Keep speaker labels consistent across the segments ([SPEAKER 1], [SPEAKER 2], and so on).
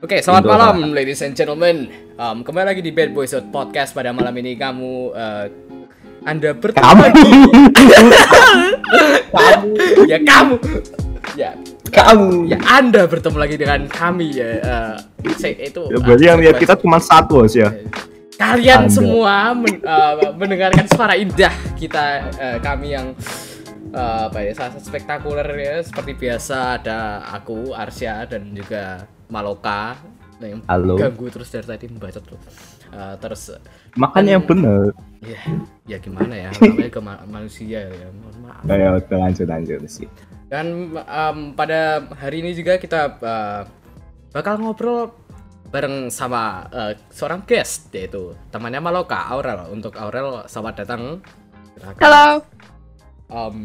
[SPEAKER 1] Oke, selamat
[SPEAKER 2] Untuk
[SPEAKER 1] malam ladies and gentlemen. Um, kembali lagi di Bad Boys Out Podcast pada malam ini kamu eh, Anda bertemu
[SPEAKER 2] Kamu.
[SPEAKER 1] lagi. ya kamu. Ya,
[SPEAKER 2] Kamu.
[SPEAKER 1] ya Anda bertemu lagi dengan kami ya. eh, saya itu uh,
[SPEAKER 2] Ya, berarti yang lihat kita cuma satu sih ya.
[SPEAKER 1] kalian
[SPEAKER 2] Anda.
[SPEAKER 1] semua men- eh, mendengarkan suara indah kita eh, kami yang eh, apa ya sangat spektakuler ya seperti biasa ada aku Arsya dan juga Maloka Nah, yang
[SPEAKER 2] Halo.
[SPEAKER 1] ganggu terus dari tadi membacot loh Eh, terus eh,
[SPEAKER 2] Makan yang bener.
[SPEAKER 1] ya ya gimana ya namanya ke ma- manusia ya mohon maaf
[SPEAKER 2] Nah, ya udah lanjut lanjut sih.
[SPEAKER 1] dan em, pada hari ini juga kita eh, bakal ngobrol bareng sama eh, seorang guest yaitu temannya Maloka Aurel. Untuk Aurel selamat datang. Silakan.
[SPEAKER 3] Halo.
[SPEAKER 1] Em,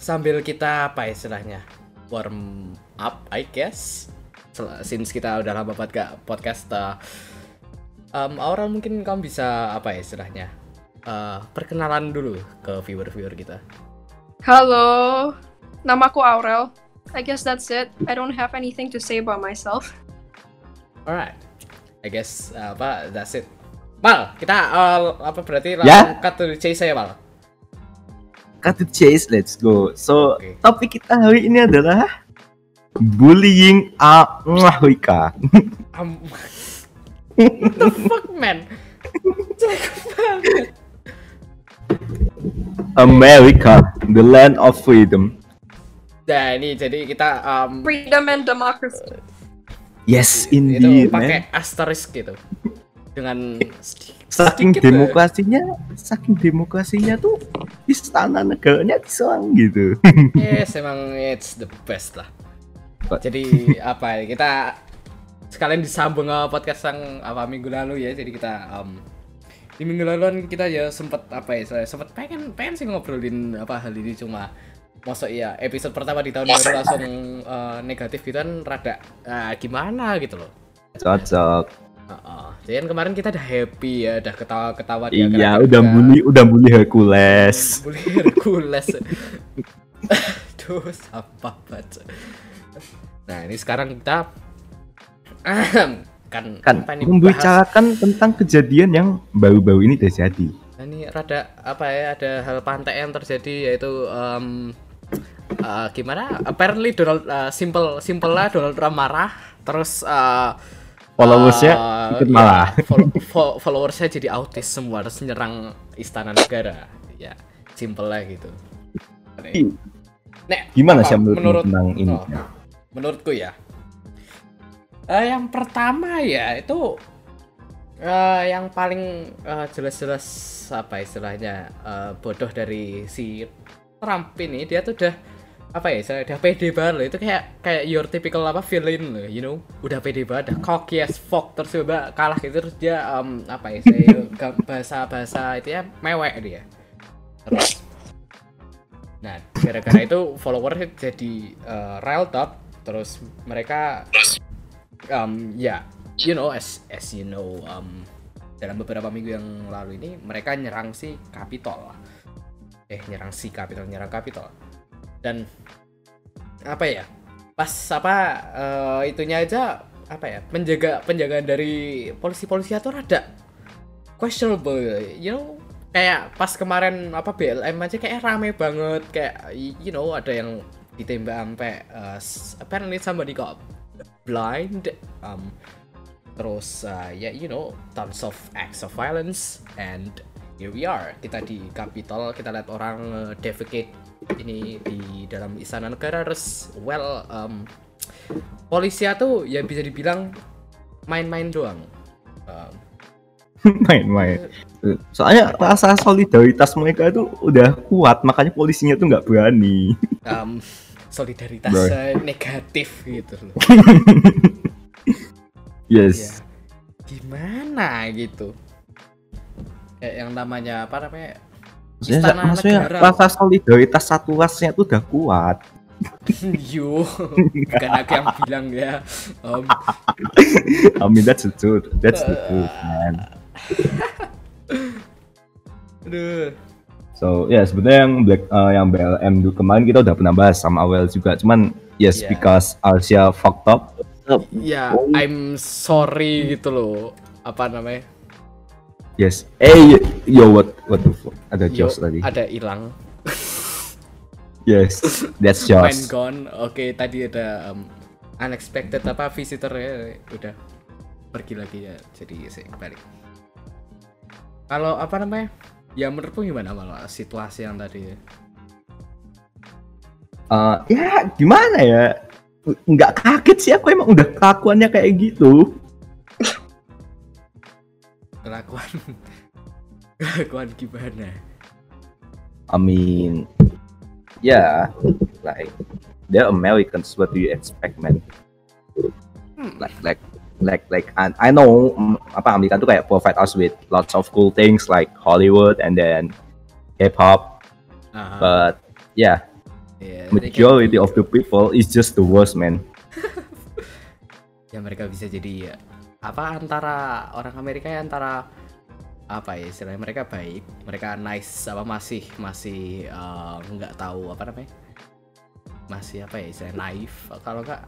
[SPEAKER 1] sambil kita apa istilahnya warm up I guess. Sel- Since kita udah lama banget gak podcast, eh, em, Aurel mungkin kamu bisa apa ya istilahnya eh, perkenalan dulu ke viewer-viewer kita.
[SPEAKER 3] Halo. Namaku Aurel. I guess that's it. I don't have anything to say about myself.
[SPEAKER 1] Alright, I guess uh, apa that's it. Mal, kita uh, apa berarti langsung
[SPEAKER 2] Ya.
[SPEAKER 1] cut to the chase saya Mal.
[SPEAKER 2] Cut to chase, let's go. So,
[SPEAKER 1] Oke.
[SPEAKER 2] topik kita hari ini adalah bullying a mwah, wika.
[SPEAKER 1] Um, what the fuck man? Jelek banget.
[SPEAKER 2] America, the land of freedom.
[SPEAKER 1] Nah ini jadi kita um,
[SPEAKER 3] Freedom and democracy.
[SPEAKER 2] Yes,
[SPEAKER 1] itu
[SPEAKER 2] indeed, man.
[SPEAKER 1] pakai asterisk gitu dengan sedikit,
[SPEAKER 2] Saking
[SPEAKER 1] sedikit, eh,
[SPEAKER 2] demokrasinya, saking demokrasinya tuh istana negaranya diserang gitu.
[SPEAKER 1] Yes, emang it's the best lah.
[SPEAKER 2] Pak.
[SPEAKER 1] Jadi apa ya, kita sekalian disambung ke podcast yang apa minggu lalu ya. Jadi kita um, di minggu lalu kan kita ya sempet apa ya saya sempet pengen pengen sih ngobrolin apa hal ini cuma masuk ya episode pertama di tahun baru langsung eh, negatif gitu kan rada ah, gimana gitu loh.
[SPEAKER 2] Cocok.
[SPEAKER 1] Heeh. Jadi kan kemarin kita udah happy ya, udah ketawa-ketawa di
[SPEAKER 2] Iya,
[SPEAKER 1] akhir-akhir
[SPEAKER 2] udah
[SPEAKER 1] kita.
[SPEAKER 2] bully, udah bully Hercules.
[SPEAKER 1] Bully Hercules. Aduh, sampah banget. Nah, ini sekarang kita Ahem. kan
[SPEAKER 2] kan
[SPEAKER 1] apa nih, bahas-
[SPEAKER 2] membicarakan tentang kejadian yang baru-baru ini terjadi.
[SPEAKER 1] Nah, ini rada apa ya ada hal pantai yang terjadi yaitu em, eh, gimana? Apparently Donald eh, simple simple lah Donald Trump marah terus eh,
[SPEAKER 2] Followersnya
[SPEAKER 1] eh,
[SPEAKER 2] ikut
[SPEAKER 1] ya,
[SPEAKER 2] malah.
[SPEAKER 1] fol- fol- followersnya jadi autis semua terus nyerang istana negara. Ya, simple lah gitu. Nek,
[SPEAKER 2] Iya. Gimana
[SPEAKER 1] apa
[SPEAKER 2] sih menurut tentang ini?
[SPEAKER 1] oh, menurutku ya. Eh, yang pertama ya itu eh, yang paling eh, jelas-jelas apa istilahnya eh, bodoh dari si Trump ini dia tuh udah apa ya istilahnya udah pede banget loh itu kayak kayak your typical apa villain loh you know udah pede banget udah cocky as fuck terus coba kalah gitu terus dia em, apa ya istilahnya bahasa bahasa itu ya mewek dia terus Nah, gara-gara itu followersnya jadi eh, rel top, terus mereka um, ya, you know as as you know um, dalam beberapa minggu yang lalu ini mereka nyerang si Capitol. Eh, nyerang si Capitol, nyerang Capitol. Dan apa ya? Pas apa eh, itunya aja apa ya? Penjaga penjagaan dari polisi-polisi itu rada questionable you know kayak pas kemarin apa BLM aja kayak rame banget kayak you know ada yang ditembak sampai uh, s- apparently somebody got blind um, terus uh, ya you know tons of acts of violence and here we are kita di Capitol kita lihat orang uh, defecate ini di dalam istana negara terus well um, polisi tuh ya bisa dibilang main-main doang Um,
[SPEAKER 2] Main-main. Soalnya rasa solidaritas mereka itu udah kuat, makanya polisinya tuh nggak berani.
[SPEAKER 1] um, solidaritas
[SPEAKER 2] Bro.
[SPEAKER 1] eh, negatif gitu loh. Ya,
[SPEAKER 2] Yes.
[SPEAKER 1] gimana gitu? Kayak yang namanya apa namanya?
[SPEAKER 2] Maksudnya,
[SPEAKER 1] Istana
[SPEAKER 2] maksudnya
[SPEAKER 1] negara.
[SPEAKER 2] rasa solidaritas satu rasnya tuh udah kuat.
[SPEAKER 1] Yo, bukan aku yang bilang ya. Um,
[SPEAKER 2] I mean that's the truth. That's the truth, man.
[SPEAKER 1] aduh.
[SPEAKER 2] So, ya sebetulnya yang Black eh, yang
[SPEAKER 1] Iya.
[SPEAKER 2] BLM dulu kemarin kita udah pernah bahas sama Awel juga. Cuman yes
[SPEAKER 1] Yeah.
[SPEAKER 2] because Asia fucked up.
[SPEAKER 1] ya I'm sorry gitu loh apa namanya
[SPEAKER 2] Yes. Eh, yo, what, what the fuck? Ada
[SPEAKER 1] Yo,
[SPEAKER 2] Josh tadi.
[SPEAKER 1] ada hilang
[SPEAKER 2] Yes, that's
[SPEAKER 1] main
[SPEAKER 2] Josh.
[SPEAKER 1] gone oke tadi ada um, unexpected apa visitornya udah pergi lagi ya jadi saya balik kalau apa namanya ya menurutmu gimana malah situasi yang tadi ya?
[SPEAKER 2] Eh, ya, gimana ya? Nggak kaget sih aku emang udah kelakuannya kayak gitu.
[SPEAKER 1] kelakuan kelakuan gimana
[SPEAKER 2] I mean, yeah, like they're Americans. What do you expect, man? Like, like, like, like. And I know mm, apa Amerika tuh kayak provide us with lots of cool things like Hollywood and then hip hop.
[SPEAKER 1] Aha,
[SPEAKER 2] But yeah,
[SPEAKER 1] ya, mereka-
[SPEAKER 2] majority of the people is just the worst, man.
[SPEAKER 1] ya mereka bisa jadi ya, apa antara orang Amerika ya antara apa ya istilahnya mereka baik mereka nice apa masih masih eh, nggak tahu apa namanya masih apa ya istilahnya naif kalau nggak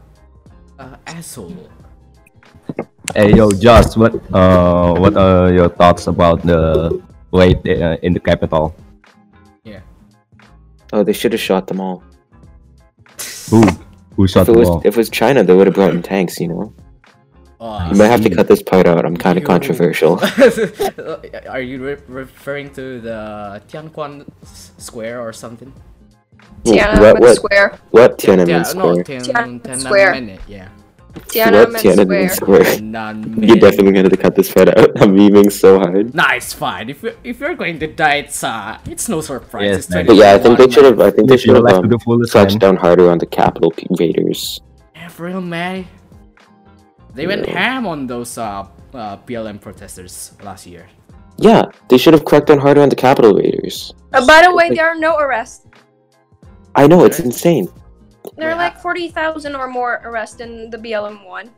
[SPEAKER 1] eh, asshole
[SPEAKER 2] Hey, yo, Josh, what, uh, what are your thoughts about the raid uh, in the capital?
[SPEAKER 1] ya.
[SPEAKER 4] Oh, they should have shot them all.
[SPEAKER 2] Who, who shot
[SPEAKER 4] If it
[SPEAKER 2] the
[SPEAKER 4] was
[SPEAKER 2] wall?
[SPEAKER 4] if it was China, they would have brought in tanks. You know.
[SPEAKER 1] oh,
[SPEAKER 4] You might have to
[SPEAKER 2] see.
[SPEAKER 4] cut this part out. I'm kind of
[SPEAKER 1] You-
[SPEAKER 4] controversial.
[SPEAKER 1] are you re- referring to the Tianquan Square or something
[SPEAKER 4] what?
[SPEAKER 3] Tiananmen
[SPEAKER 4] What?
[SPEAKER 3] Square.
[SPEAKER 4] What Tiananmen
[SPEAKER 1] Yeah, no
[SPEAKER 4] Square?
[SPEAKER 1] Tian-
[SPEAKER 3] Tiananmen
[SPEAKER 1] Tiananmen
[SPEAKER 3] Square.
[SPEAKER 1] yeah
[SPEAKER 4] what
[SPEAKER 3] Tiananmen
[SPEAKER 4] Tiananmen
[SPEAKER 3] Square.
[SPEAKER 4] Square?
[SPEAKER 1] Tiananmen.
[SPEAKER 4] You're definitely gonna have to cut this part out. I'm memeing so hard.
[SPEAKER 1] Nah, it's fine. If you're, if you're going to die, it's uh, it's no surprise.
[SPEAKER 2] Yes,
[SPEAKER 1] it's
[SPEAKER 2] man.
[SPEAKER 4] But yeah, I think they
[SPEAKER 1] 2021,
[SPEAKER 4] should have. I think they
[SPEAKER 2] Live
[SPEAKER 4] should
[SPEAKER 2] your
[SPEAKER 4] have
[SPEAKER 2] life to
[SPEAKER 4] um,
[SPEAKER 2] the fullest,
[SPEAKER 4] touched
[SPEAKER 2] man.
[SPEAKER 4] down harder on the capital P- raiders.
[SPEAKER 1] man. April, May. They went ham on those uh, uh BLM protesters last year.
[SPEAKER 4] Yeah, they should have cracked down harder on the capital raiders.
[SPEAKER 3] Uh, by the way, there are no arrests.
[SPEAKER 4] I know it's insane.
[SPEAKER 3] There are
[SPEAKER 1] Yeah.
[SPEAKER 3] like 40,000 or more arrests in the BLM one.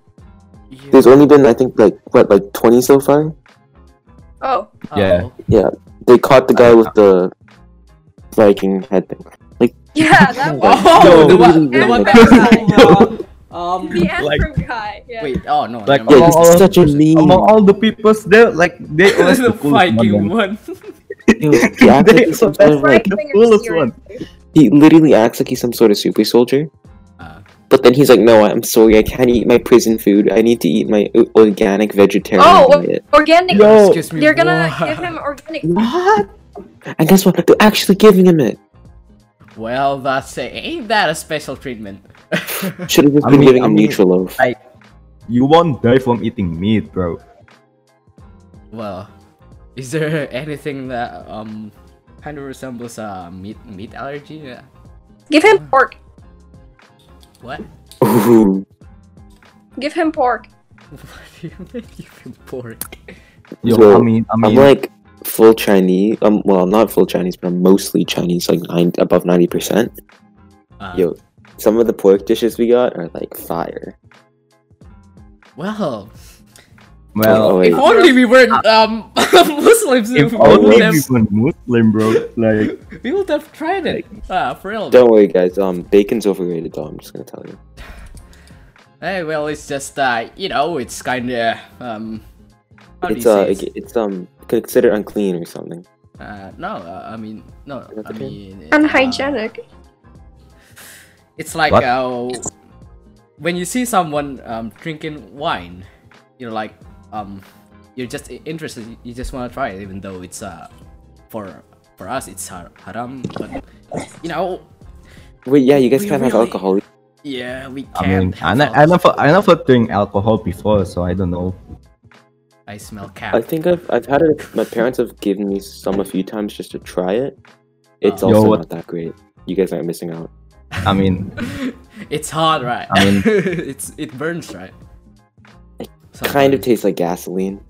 [SPEAKER 1] Yeah.
[SPEAKER 4] There's only been I think like what like 20 so far.
[SPEAKER 3] Oh,
[SPEAKER 2] Yeah.
[SPEAKER 4] They caught the guy
[SPEAKER 2] Uh,
[SPEAKER 4] with the Viking head thing.
[SPEAKER 3] yeah, that
[SPEAKER 1] Oh,
[SPEAKER 3] was
[SPEAKER 1] oh
[SPEAKER 2] Yo.
[SPEAKER 1] the one, the one that uh, um.
[SPEAKER 3] the Antrim
[SPEAKER 2] Like-
[SPEAKER 3] guy. Yeah.
[SPEAKER 1] Wait. Oh no.
[SPEAKER 2] Like,
[SPEAKER 1] never
[SPEAKER 4] Yeah,
[SPEAKER 1] mind.
[SPEAKER 4] he's
[SPEAKER 2] Oh,
[SPEAKER 4] such a meme.
[SPEAKER 2] Among all the peoples there, like they always
[SPEAKER 1] the
[SPEAKER 2] the coolest one.
[SPEAKER 1] Viking
[SPEAKER 2] man.
[SPEAKER 1] one.
[SPEAKER 4] Yo, he, acts like
[SPEAKER 2] They
[SPEAKER 4] he's some
[SPEAKER 2] always
[SPEAKER 4] sort of,
[SPEAKER 2] like
[SPEAKER 4] like,
[SPEAKER 2] the
[SPEAKER 3] Right,
[SPEAKER 2] coolest
[SPEAKER 3] fingers
[SPEAKER 2] one.
[SPEAKER 4] he literally acts like he's some sort of super soldier.
[SPEAKER 1] Uh,
[SPEAKER 4] But then he's like, "No, I'm sorry. I can't eat my prison food. I need to eat my o- organic vegetarian
[SPEAKER 3] Oh,
[SPEAKER 4] diet."
[SPEAKER 3] Organic.
[SPEAKER 2] Yo,
[SPEAKER 1] excuse me.
[SPEAKER 3] They're gonna
[SPEAKER 1] what?
[SPEAKER 3] give him organic.
[SPEAKER 4] What? And guess what? They're actually giving him it.
[SPEAKER 1] Well, that's a, ain't that a special treatment?
[SPEAKER 4] Should have just
[SPEAKER 2] I
[SPEAKER 4] been
[SPEAKER 2] mean-
[SPEAKER 4] giving
[SPEAKER 2] I
[SPEAKER 4] him
[SPEAKER 2] mean-
[SPEAKER 4] neutral loaf.
[SPEAKER 2] like you won't die from eating meat, bro.
[SPEAKER 1] well, is there anything that um kind of resembles a uh, meat meat allergy? Yeah.
[SPEAKER 3] Give him pork.
[SPEAKER 1] What?
[SPEAKER 4] Ooh.
[SPEAKER 3] Give him pork.
[SPEAKER 1] What do you mean you can pork?
[SPEAKER 2] Yo,
[SPEAKER 4] Yo,
[SPEAKER 2] I mean, I
[SPEAKER 4] I'm
[SPEAKER 2] mean,
[SPEAKER 4] like full Chinese. Um, well, I'm not full Chinese, but I'm mostly Chinese, like nine above ninety percent.
[SPEAKER 1] Uh,
[SPEAKER 4] Yo, some of the pork dishes we got are like fire.
[SPEAKER 1] Well,
[SPEAKER 4] Oh,
[SPEAKER 2] well,
[SPEAKER 4] wait. Uh,
[SPEAKER 1] if only we weren't um Muslims,
[SPEAKER 2] if
[SPEAKER 1] we,
[SPEAKER 2] only
[SPEAKER 1] would
[SPEAKER 2] we
[SPEAKER 1] have,
[SPEAKER 2] were Muslim, bro. Like,
[SPEAKER 1] we would have tried it. Ah, for real.
[SPEAKER 4] Don't worry, guys. Um, bacon's overrated, though. I'm just gonna tell you.
[SPEAKER 1] Hey, well, it's just uh, you know, it's kind of um. How do
[SPEAKER 4] It's
[SPEAKER 1] you
[SPEAKER 4] uh,
[SPEAKER 1] say
[SPEAKER 4] it- it's um considered unclean or something.
[SPEAKER 1] it? Uh, no, uh, I mean, no, I
[SPEAKER 4] okay?
[SPEAKER 1] mean, uh,
[SPEAKER 3] Unhygienic.
[SPEAKER 1] It's like
[SPEAKER 2] What?
[SPEAKER 1] uh, when you see someone um, drinking wine, you're like, um, you're just i- interested. You just want to try it, even though it's uh, for for us it's har- haram. But you know,
[SPEAKER 4] Wait, yeah, you guys
[SPEAKER 1] We
[SPEAKER 4] can't have
[SPEAKER 1] really-
[SPEAKER 4] alcohol.
[SPEAKER 1] yeah, we
[SPEAKER 2] I
[SPEAKER 1] can't.
[SPEAKER 2] mean, I,
[SPEAKER 1] have
[SPEAKER 2] ne- I
[SPEAKER 1] alcohol.
[SPEAKER 2] never, I never drink alcohol before, so I don't know.
[SPEAKER 1] I smell cat.
[SPEAKER 4] I think I've I've had it. My parents have given me some a few times just to try it. It's
[SPEAKER 1] Yo,
[SPEAKER 4] also
[SPEAKER 2] what-
[SPEAKER 4] not that great. You guys aren't missing out.
[SPEAKER 2] I mean,
[SPEAKER 1] it's hard, right?
[SPEAKER 2] I mean-
[SPEAKER 1] it's it burns, right? uh,
[SPEAKER 4] Kind
[SPEAKER 1] Sometimes.
[SPEAKER 4] of tastes like gasoline,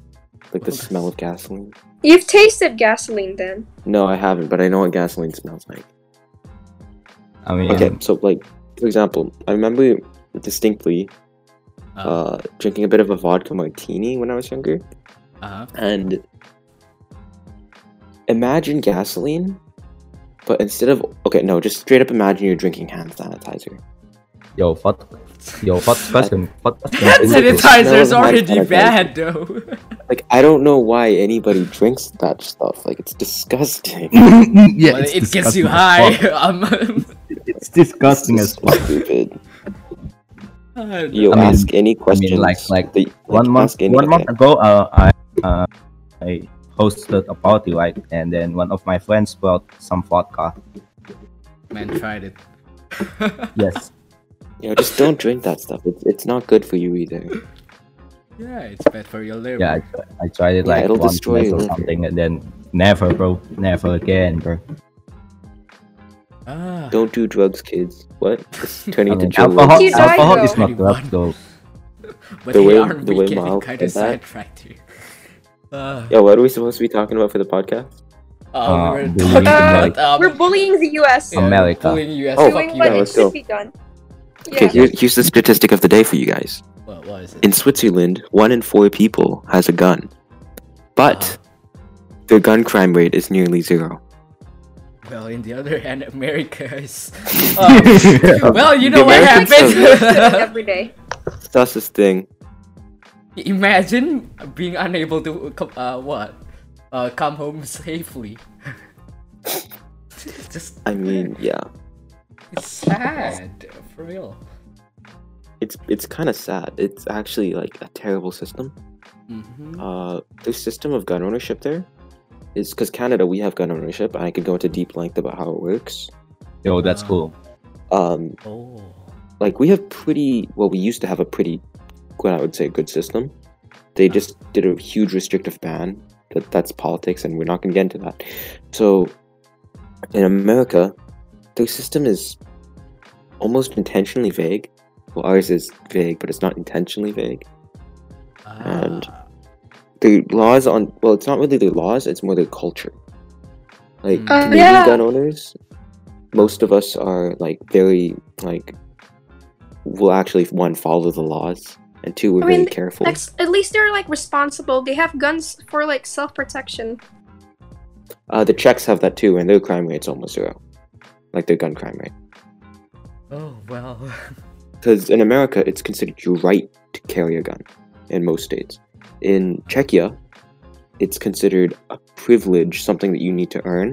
[SPEAKER 4] like the smell of gasoline.
[SPEAKER 3] You've tasted gasoline then.
[SPEAKER 4] No, I haven't, but I know what gasoline smells like.
[SPEAKER 2] I mean,
[SPEAKER 4] Okay, so like for example, I remember distinctly
[SPEAKER 1] Uh,
[SPEAKER 4] uh, drinking a bit of a vodka martini when I was younger,
[SPEAKER 1] uh-huh.
[SPEAKER 4] and imagine gasoline, but instead of okay, no, just straight up imagine you're drinking hand sanitizer.
[SPEAKER 2] Yo, fuck. Yo, fuck, fuck him. Fuck, fuck him.
[SPEAKER 1] Hand sanitizer's
[SPEAKER 4] Smells
[SPEAKER 1] already
[SPEAKER 4] like-
[SPEAKER 1] bad though.
[SPEAKER 4] Like I don't know why anybody drinks that stuff. Like it's disgusting.
[SPEAKER 2] yeah,
[SPEAKER 1] Well,
[SPEAKER 2] it's
[SPEAKER 1] it gets
[SPEAKER 2] disgusting
[SPEAKER 1] you
[SPEAKER 2] as
[SPEAKER 1] high.
[SPEAKER 2] fuck.
[SPEAKER 1] um,
[SPEAKER 2] It's disgusting as
[SPEAKER 4] It's
[SPEAKER 2] fuck.
[SPEAKER 4] stupid.
[SPEAKER 1] I
[SPEAKER 4] You
[SPEAKER 2] I mean-
[SPEAKER 4] ask any question.
[SPEAKER 2] like- like one month one month ago uh, I uh, I hosted a party right and then one of my friends brought some vodka
[SPEAKER 1] Man tried it.
[SPEAKER 2] yes
[SPEAKER 4] You know, just don't drink that stuff. It's, it's not good for you either.
[SPEAKER 1] Yeah, it's bad for your liver.
[SPEAKER 2] yeah I, tr- I tried it
[SPEAKER 4] Yeah,
[SPEAKER 2] like
[SPEAKER 4] it'll
[SPEAKER 2] once or
[SPEAKER 4] destroy your liver.
[SPEAKER 2] something and then never bro never again bro
[SPEAKER 1] Ah,
[SPEAKER 4] Don't do drugs, kids. What? It's
[SPEAKER 2] I
[SPEAKER 4] turning into
[SPEAKER 2] mean,
[SPEAKER 4] drugs.
[SPEAKER 2] alcohol
[SPEAKER 3] He's right,
[SPEAKER 2] alcohol
[SPEAKER 3] though.
[SPEAKER 2] is not drugs
[SPEAKER 1] Anyone.
[SPEAKER 2] though
[SPEAKER 1] but
[SPEAKER 4] the
[SPEAKER 1] we
[SPEAKER 4] way-
[SPEAKER 1] are
[SPEAKER 4] the
[SPEAKER 1] we
[SPEAKER 4] way
[SPEAKER 1] getting
[SPEAKER 4] Miles
[SPEAKER 1] kind of
[SPEAKER 4] said that-
[SPEAKER 1] sidetracked here. Uh,
[SPEAKER 4] Yeah, what are we supposed to be talking about for the podcast?
[SPEAKER 1] uh,
[SPEAKER 2] Uh,
[SPEAKER 1] we're
[SPEAKER 2] bullying
[SPEAKER 1] talking about
[SPEAKER 3] America.
[SPEAKER 1] um,
[SPEAKER 3] We're bullying the US.
[SPEAKER 1] yeah,
[SPEAKER 2] America.
[SPEAKER 1] Bullying US.
[SPEAKER 4] Oh,
[SPEAKER 1] fuck
[SPEAKER 3] doing
[SPEAKER 1] you.
[SPEAKER 3] what
[SPEAKER 4] yeah,
[SPEAKER 3] it
[SPEAKER 4] let's
[SPEAKER 3] should
[SPEAKER 4] go.
[SPEAKER 3] be done.
[SPEAKER 4] Okay,
[SPEAKER 3] Yeah.
[SPEAKER 4] here, here's the statistic of the day for you guys.
[SPEAKER 1] What, what is it?
[SPEAKER 4] In Switzerland, one in four people has a gun, but their gun crime rate is nearly zero.
[SPEAKER 1] Well, in the other hand, America is. Um, well, you know
[SPEAKER 4] The
[SPEAKER 1] what
[SPEAKER 4] Americans
[SPEAKER 1] happened.
[SPEAKER 3] Every day.
[SPEAKER 4] That's this thing.
[SPEAKER 1] Imagine being unable to co- uh, what uh, come home safely. It's Just
[SPEAKER 4] I mean, yeah,
[SPEAKER 1] it's sad for real.
[SPEAKER 4] it's it's kind of sad. It's actually like a terrible system.
[SPEAKER 1] Mhm.
[SPEAKER 4] Uh, the system of gun ownership there is because Canada we have gun ownership, and I could go into deep length about how it works.
[SPEAKER 2] yo that's cool
[SPEAKER 4] Um,
[SPEAKER 1] Oh,
[SPEAKER 4] like we have pretty well, we used to have a pretty, what I would say, good system. They just did a huge restrictive ban. That that's politics, and we're not going to get into that. So, in America, the system is almost intentionally vague. Well, ours is vague, but it's not intentionally vague. And-
[SPEAKER 1] Ah.
[SPEAKER 4] the laws on well it's not really the laws it's more the culture like
[SPEAKER 1] Mm.
[SPEAKER 3] Uh,
[SPEAKER 4] canadian
[SPEAKER 3] yeah.
[SPEAKER 4] gun owners most of us are like very like will actually one follow the laws and two we're
[SPEAKER 3] I
[SPEAKER 4] really
[SPEAKER 3] mean,
[SPEAKER 4] careful
[SPEAKER 3] Ex- at least they're like responsible. They have guns for like self protection.
[SPEAKER 4] uh, the czechs have that too and their crime rate's almost zero like their gun crime rate
[SPEAKER 1] oh well.
[SPEAKER 4] because in america it's considered your right to carry a gun in most states in czechia it's considered a privilege something that you need to earn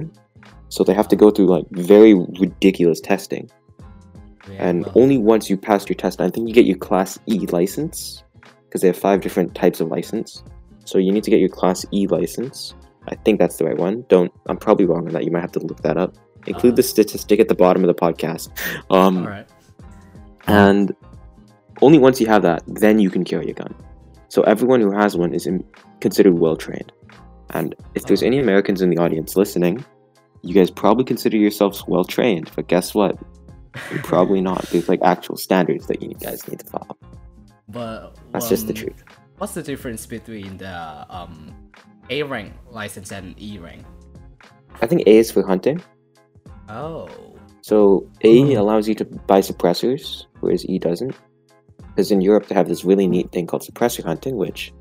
[SPEAKER 4] so they have to go through like very ridiculous testing
[SPEAKER 1] Yeah,
[SPEAKER 4] and
[SPEAKER 1] well,
[SPEAKER 4] only once you pass your test i think you get your class e license because they have five different types of license so you need to get your class e license i think that's the right one don't i'm probably wrong on that you might have to look that up include
[SPEAKER 1] Uh.
[SPEAKER 4] the statistic at the bottom of the podcast um,
[SPEAKER 1] all right.
[SPEAKER 4] and only once you have that then you can carry a gun so everyone who has one is in, considered well trained and if there's
[SPEAKER 1] Oh.
[SPEAKER 4] any americans in the audience listening you guys probably consider yourselves well trained but guess what you're probably not there's like actual standards that you guys need to follow
[SPEAKER 1] But
[SPEAKER 4] that's just the
[SPEAKER 1] um,
[SPEAKER 4] truth
[SPEAKER 1] What's the difference between the um, A rank license and E rank?
[SPEAKER 4] i think a is for hunting
[SPEAKER 1] Oh,
[SPEAKER 4] so a
[SPEAKER 2] Oh.
[SPEAKER 4] allows you to buy suppressors whereas e doesn't because in europe they have this really neat thing called suppressor hunting which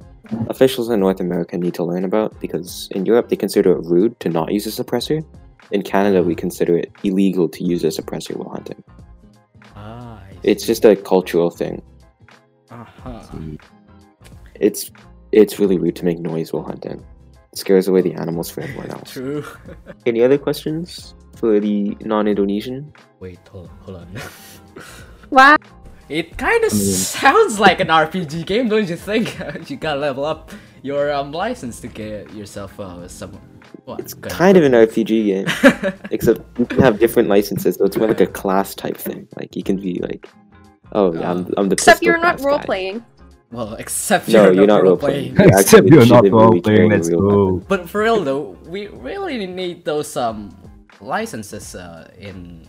[SPEAKER 4] officials in north america need to learn about because in europe they consider it rude to not use a suppressor in canada we consider it illegal to use a suppressor while hunting
[SPEAKER 1] ah, I
[SPEAKER 4] it's
[SPEAKER 1] see.
[SPEAKER 4] just a cultural thing
[SPEAKER 1] Uh-huh.
[SPEAKER 4] it's it's really rude to make noise while hunting it scares away the animals for everyone else
[SPEAKER 1] True.
[SPEAKER 4] Any other questions for the non-Indonesian?
[SPEAKER 1] Wait, hold, hold on.
[SPEAKER 3] Wow.
[SPEAKER 1] it kind of sounds like an RPG game, don't you think? you gotta level up your um, license to get yourself uh, some. What? It's
[SPEAKER 4] Kind of an RPG game, except you can have different licenses, so it's more like a class type thing. Like you can be like, oh yeah, I'm, I'm the
[SPEAKER 3] Except
[SPEAKER 4] pistol
[SPEAKER 3] you're not
[SPEAKER 4] class
[SPEAKER 3] role
[SPEAKER 4] guy.
[SPEAKER 3] playing.
[SPEAKER 1] Well, except
[SPEAKER 4] No, you're not role
[SPEAKER 1] role-playing.
[SPEAKER 4] playing. You
[SPEAKER 2] except
[SPEAKER 4] actually
[SPEAKER 2] you're not
[SPEAKER 4] shoot them and
[SPEAKER 2] role
[SPEAKER 4] we
[SPEAKER 2] playing
[SPEAKER 4] carry
[SPEAKER 2] let's
[SPEAKER 4] real weapons.
[SPEAKER 2] go
[SPEAKER 1] But for real though, we really need those um licenses uh, in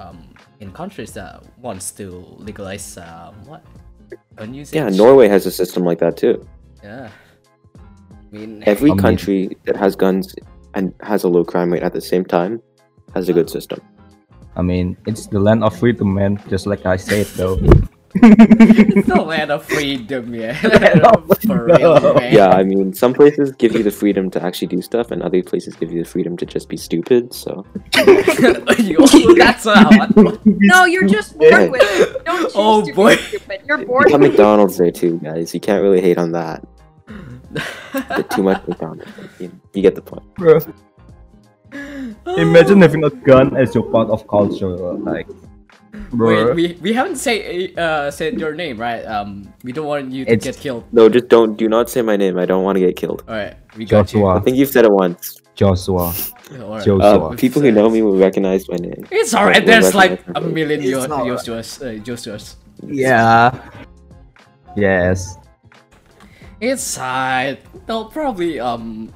[SPEAKER 1] um in countries that wants to legalize um what gun usage.
[SPEAKER 4] Yeah, Norway has a system like that too.
[SPEAKER 1] Yeah. I mean,
[SPEAKER 4] Every
[SPEAKER 2] Amazing.
[SPEAKER 4] country that has guns and has a low crime rate at the same time has a good system.
[SPEAKER 2] i mean it's the land of freedom man just like i said though
[SPEAKER 1] It's a land of freedom, yeah. Land of For
[SPEAKER 2] No.
[SPEAKER 1] real, man.
[SPEAKER 4] yeah, I mean, some places give you the freedom to actually do stuff, and other places give you the freedom to just be stupid. So
[SPEAKER 1] Yo, that's a hot one.
[SPEAKER 3] No, you're just born with it. Don't choose
[SPEAKER 1] Oh,
[SPEAKER 3] to be
[SPEAKER 1] boy.
[SPEAKER 3] stupid. You're
[SPEAKER 4] you
[SPEAKER 3] born
[SPEAKER 4] got
[SPEAKER 3] with it.
[SPEAKER 4] McDonald's there too, guys. You can't really hate on that. Get too much McDonald's. You, you get the point.
[SPEAKER 2] Bro, imagine having a gun as your part of culture. Like,
[SPEAKER 1] Wait,
[SPEAKER 2] bro.
[SPEAKER 1] we, we haven't say, uh, said your name, right? Um, we don't want you to
[SPEAKER 2] It's-
[SPEAKER 1] get killed.
[SPEAKER 4] No, just don't. Do not say my name. I don't want to get killed.
[SPEAKER 1] Alright, we got
[SPEAKER 4] I
[SPEAKER 2] Joshua.
[SPEAKER 4] think you've said it once.
[SPEAKER 2] Joshua.
[SPEAKER 1] you. Alright.
[SPEAKER 4] Uh,
[SPEAKER 2] Joshua.
[SPEAKER 1] Sure.
[SPEAKER 4] people who know me will recognize my name.
[SPEAKER 1] It's alright,
[SPEAKER 4] Don't
[SPEAKER 1] there's
[SPEAKER 4] recognize
[SPEAKER 1] like a
[SPEAKER 4] my name.
[SPEAKER 1] million
[SPEAKER 2] It's
[SPEAKER 1] Yo-
[SPEAKER 2] not-
[SPEAKER 1] Yoshua's, uh, Joshua's.
[SPEAKER 2] Yeah. Yes.
[SPEAKER 1] It's uh, they'll probably um,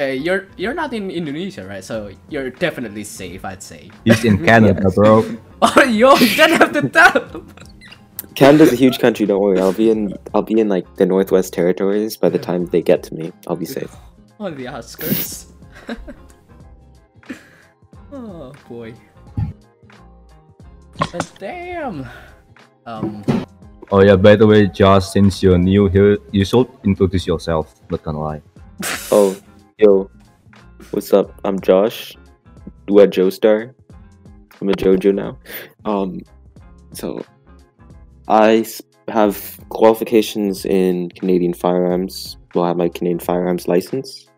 [SPEAKER 1] uh, you're you're not in Indonesia, right? So you're definitely safe, I'd say.
[SPEAKER 2] He's in Canada, bro.
[SPEAKER 1] Oh, yo, you don't have to tell.
[SPEAKER 4] Canada's a huge country. Don't worry. I'll be in. I'll be in like the Northwest Territories by the time they get to me. I'll be safe.
[SPEAKER 1] On the outskirts. oh boy. But damn. Um.
[SPEAKER 2] Oh yeah, by the way, Josh, since you're new here, you should introduce yourself. Not gonna lie.
[SPEAKER 4] Oh, yo, what's up? I'm Josh. We're Joestar. I'm a JoJo now. Um, so I s- have qualifications in Canadian firearms. Well, I have my Canadian firearms license.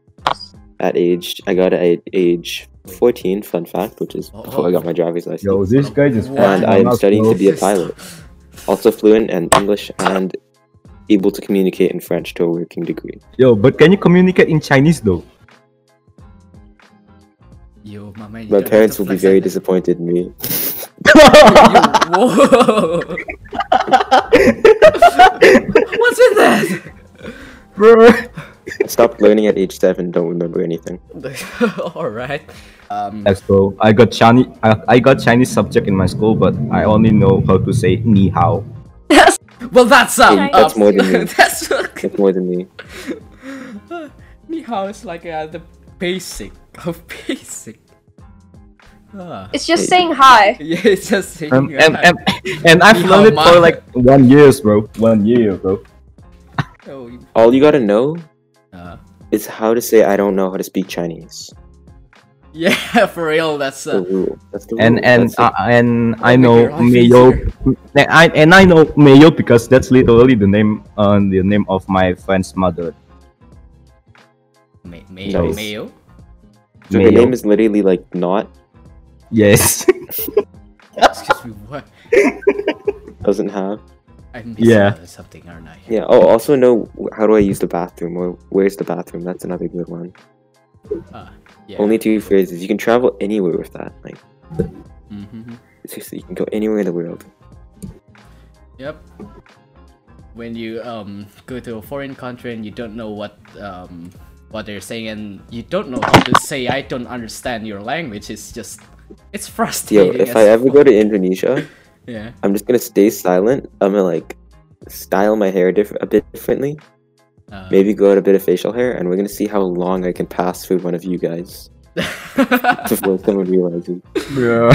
[SPEAKER 4] At age, I got it at age 14. Fun fact, which is before I got my driver's license.
[SPEAKER 2] Yo, this guy just
[SPEAKER 1] And
[SPEAKER 4] and I am
[SPEAKER 2] passed
[SPEAKER 4] studying
[SPEAKER 2] out,
[SPEAKER 4] to be a
[SPEAKER 1] Just-
[SPEAKER 4] pilot. Also fluent in English and able to communicate in French to a working degree.
[SPEAKER 2] bro. Yo, but can you communicate in Chinese though?
[SPEAKER 1] Yo, my man. you
[SPEAKER 4] My
[SPEAKER 1] don't have
[SPEAKER 4] parents
[SPEAKER 1] to
[SPEAKER 4] will be
[SPEAKER 1] flex
[SPEAKER 4] very
[SPEAKER 1] like
[SPEAKER 4] disappointed in me.
[SPEAKER 1] that. Yo, Whoa. What's with that?
[SPEAKER 2] bro.
[SPEAKER 4] I stopped learning at age seven, don't remember anything.
[SPEAKER 1] All right. Um.
[SPEAKER 2] Thanks, bro. I got Chinese. I, I got Chinese subject in my school, but I only know how to say ni hao.
[SPEAKER 1] Well, that's um.
[SPEAKER 3] Hey,
[SPEAKER 4] that's
[SPEAKER 1] um,
[SPEAKER 4] more than me.
[SPEAKER 1] that's
[SPEAKER 4] It's more than me.
[SPEAKER 1] Ni hao is like uh, the basic of basic. Ah.
[SPEAKER 3] It's just saying hi.
[SPEAKER 1] Yeah, it's just saying.
[SPEAKER 2] Um, and,
[SPEAKER 1] uh,
[SPEAKER 2] and, and I've
[SPEAKER 1] Ni hao
[SPEAKER 2] learned it
[SPEAKER 1] ma.
[SPEAKER 2] for like one years, bro. One year, bro.
[SPEAKER 1] oh, you-
[SPEAKER 4] All you gotta know
[SPEAKER 1] uh,
[SPEAKER 4] is how to say I don't know how to speak Chinese.
[SPEAKER 1] yeah, for real. That's
[SPEAKER 4] The
[SPEAKER 1] uh,
[SPEAKER 4] rule. That's the
[SPEAKER 2] And
[SPEAKER 4] rule.
[SPEAKER 2] and
[SPEAKER 4] That's
[SPEAKER 2] uh,
[SPEAKER 4] it.
[SPEAKER 2] and I
[SPEAKER 1] make
[SPEAKER 2] know
[SPEAKER 1] your life
[SPEAKER 2] Mayo.
[SPEAKER 1] easier.
[SPEAKER 2] And I and I know Mayo because that's literally the name uh, the name of my friend's mother.
[SPEAKER 1] may- may-
[SPEAKER 4] Nice.
[SPEAKER 1] mayo.
[SPEAKER 4] so your name is literally like not
[SPEAKER 2] Yes.
[SPEAKER 1] Excuse me. What?
[SPEAKER 4] doesn't have.
[SPEAKER 1] I'm missing
[SPEAKER 2] Yeah.
[SPEAKER 1] out on something, aren't I?
[SPEAKER 4] Yeah. Oh, also know how do I use the bathroom or where's the bathroom? That's another good one.
[SPEAKER 1] Ah, yeah.
[SPEAKER 4] Only two phrases. You can travel anywhere with that. Like
[SPEAKER 1] Mhm.
[SPEAKER 4] seriously, you can go anywhere in the world.
[SPEAKER 1] Yep. When you um go to a foreign country and you don't know what um what they're saying and you don't know how to say I don't understand your language, it's just it's
[SPEAKER 4] Yo,
[SPEAKER 1] frustrating.
[SPEAKER 4] if
[SPEAKER 1] as
[SPEAKER 4] I ever
[SPEAKER 1] fuck.
[SPEAKER 4] go to Indonesia,
[SPEAKER 1] yeah.
[SPEAKER 4] I'm just gonna stay silent. I'm gonna like style my hair diff- a bit differently.
[SPEAKER 1] Uh,
[SPEAKER 4] Maybe go out a bit of facial hair, and we're gonna see how long I can pass through one of you guys before someone realizes.
[SPEAKER 2] Bro.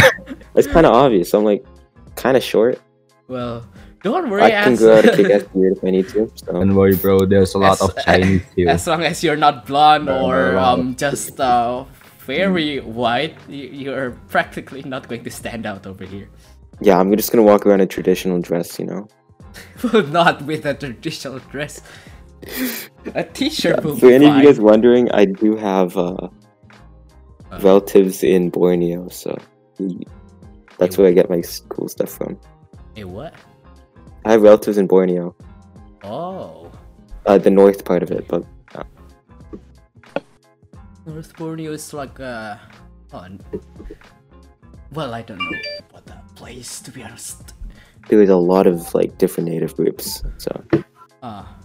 [SPEAKER 4] It's kind of obvious. I'm like kind of short.
[SPEAKER 1] well, don't worry.
[SPEAKER 4] I can
[SPEAKER 1] as,
[SPEAKER 4] grow out a kick ass beard if I need to. So
[SPEAKER 2] Don't worry, bro. There's a
[SPEAKER 1] As-
[SPEAKER 2] lot of Chinese here.
[SPEAKER 1] as long as you're not blonde
[SPEAKER 2] No,
[SPEAKER 1] or
[SPEAKER 2] no, no.
[SPEAKER 1] um just uh very white, you, you're practically not going to stand out over here.
[SPEAKER 4] yeah, I'm just gonna walk around in traditional dress. You know,
[SPEAKER 1] not with a traditional dress. A t-shirt will
[SPEAKER 4] for
[SPEAKER 1] be
[SPEAKER 4] any of
[SPEAKER 1] fine.
[SPEAKER 4] you guys wondering, I do have uh,
[SPEAKER 1] Uh.
[SPEAKER 4] relatives in Borneo, so that's where I get my school stuff from.
[SPEAKER 1] Hey, what?
[SPEAKER 4] I have relatives in Borneo,
[SPEAKER 1] Oh,
[SPEAKER 4] uh, the north part of it, but
[SPEAKER 1] North Borneo is like uh, on. Well, I don't know what that place to be honest.
[SPEAKER 4] there is a lot of like different native groups. So
[SPEAKER 1] Ah.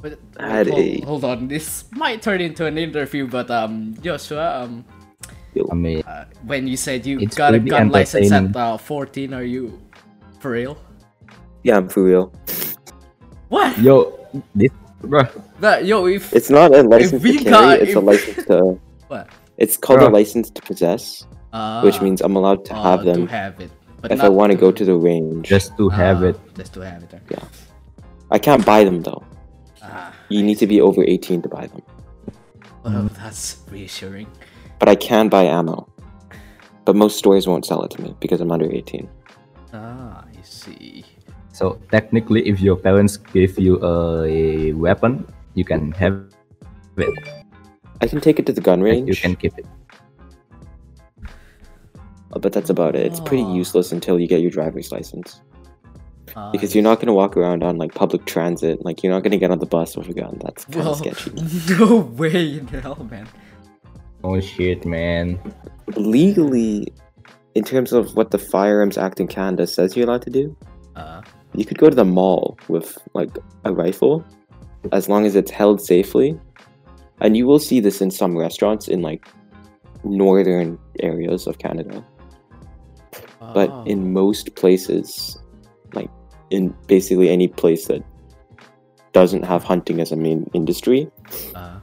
[SPEAKER 1] But
[SPEAKER 4] I had
[SPEAKER 1] hold,
[SPEAKER 4] a-
[SPEAKER 1] hold on, this might turn into an interview. But um, Joshua, um,
[SPEAKER 2] I mean,
[SPEAKER 1] uh, when you said you
[SPEAKER 2] It's
[SPEAKER 1] got a
[SPEAKER 2] really
[SPEAKER 1] gun license at
[SPEAKER 2] entertaining.
[SPEAKER 1] uh, 14, are you for real?
[SPEAKER 4] yeah, I'm for real.
[SPEAKER 1] What?
[SPEAKER 2] yo, this, bro.
[SPEAKER 1] That, yo, if
[SPEAKER 4] It's not a license
[SPEAKER 1] we
[SPEAKER 4] to carry.
[SPEAKER 1] got-
[SPEAKER 4] it's
[SPEAKER 1] if-
[SPEAKER 4] a license to.
[SPEAKER 1] what?
[SPEAKER 4] It's called
[SPEAKER 2] Bruh.
[SPEAKER 4] a license to possess,
[SPEAKER 1] Uh,
[SPEAKER 4] which means I'm allowed to
[SPEAKER 1] uh,
[SPEAKER 4] have
[SPEAKER 1] to
[SPEAKER 4] them.
[SPEAKER 1] have it. But
[SPEAKER 4] if I
[SPEAKER 1] not
[SPEAKER 4] want to go to the range.
[SPEAKER 2] just to have
[SPEAKER 1] Ah,
[SPEAKER 2] it.
[SPEAKER 1] Just to have it.
[SPEAKER 4] Yeah. I can't buy them though.
[SPEAKER 1] Ah,
[SPEAKER 4] You need to be over 18 to buy them.
[SPEAKER 1] well, that's reassuring.
[SPEAKER 4] But I can buy ammo. But most stores won't sell it to me because I'm under 18.
[SPEAKER 1] Ah, I see.
[SPEAKER 4] Ah.
[SPEAKER 2] So technically, if your parents give you a weapon, you can have it.
[SPEAKER 4] I can take it to the gun
[SPEAKER 2] and
[SPEAKER 4] range,
[SPEAKER 2] You can keep it.
[SPEAKER 4] uh, but that's about it. It's pretty
[SPEAKER 1] Aw.
[SPEAKER 4] useless until you get your driver's license.
[SPEAKER 1] Ah,
[SPEAKER 4] Because
[SPEAKER 1] I
[SPEAKER 4] you're not going to walk around on like public transit. Like you're not going to get on the bus with a gun. That's kind
[SPEAKER 1] Well,
[SPEAKER 4] of sketchy.
[SPEAKER 1] No way in hell, man.
[SPEAKER 2] Oh shit, man!
[SPEAKER 4] Legally, in terms of what the Firearms Act in Canada says you're allowed to do,
[SPEAKER 1] Uh,
[SPEAKER 4] you could go to the mall with like a rifle as long as it's held safely and you will see this in some restaurants in like northern areas of canada but
[SPEAKER 1] oh,
[SPEAKER 4] in most places like in basically any place that doesn't have hunting as a main industry
[SPEAKER 1] uh,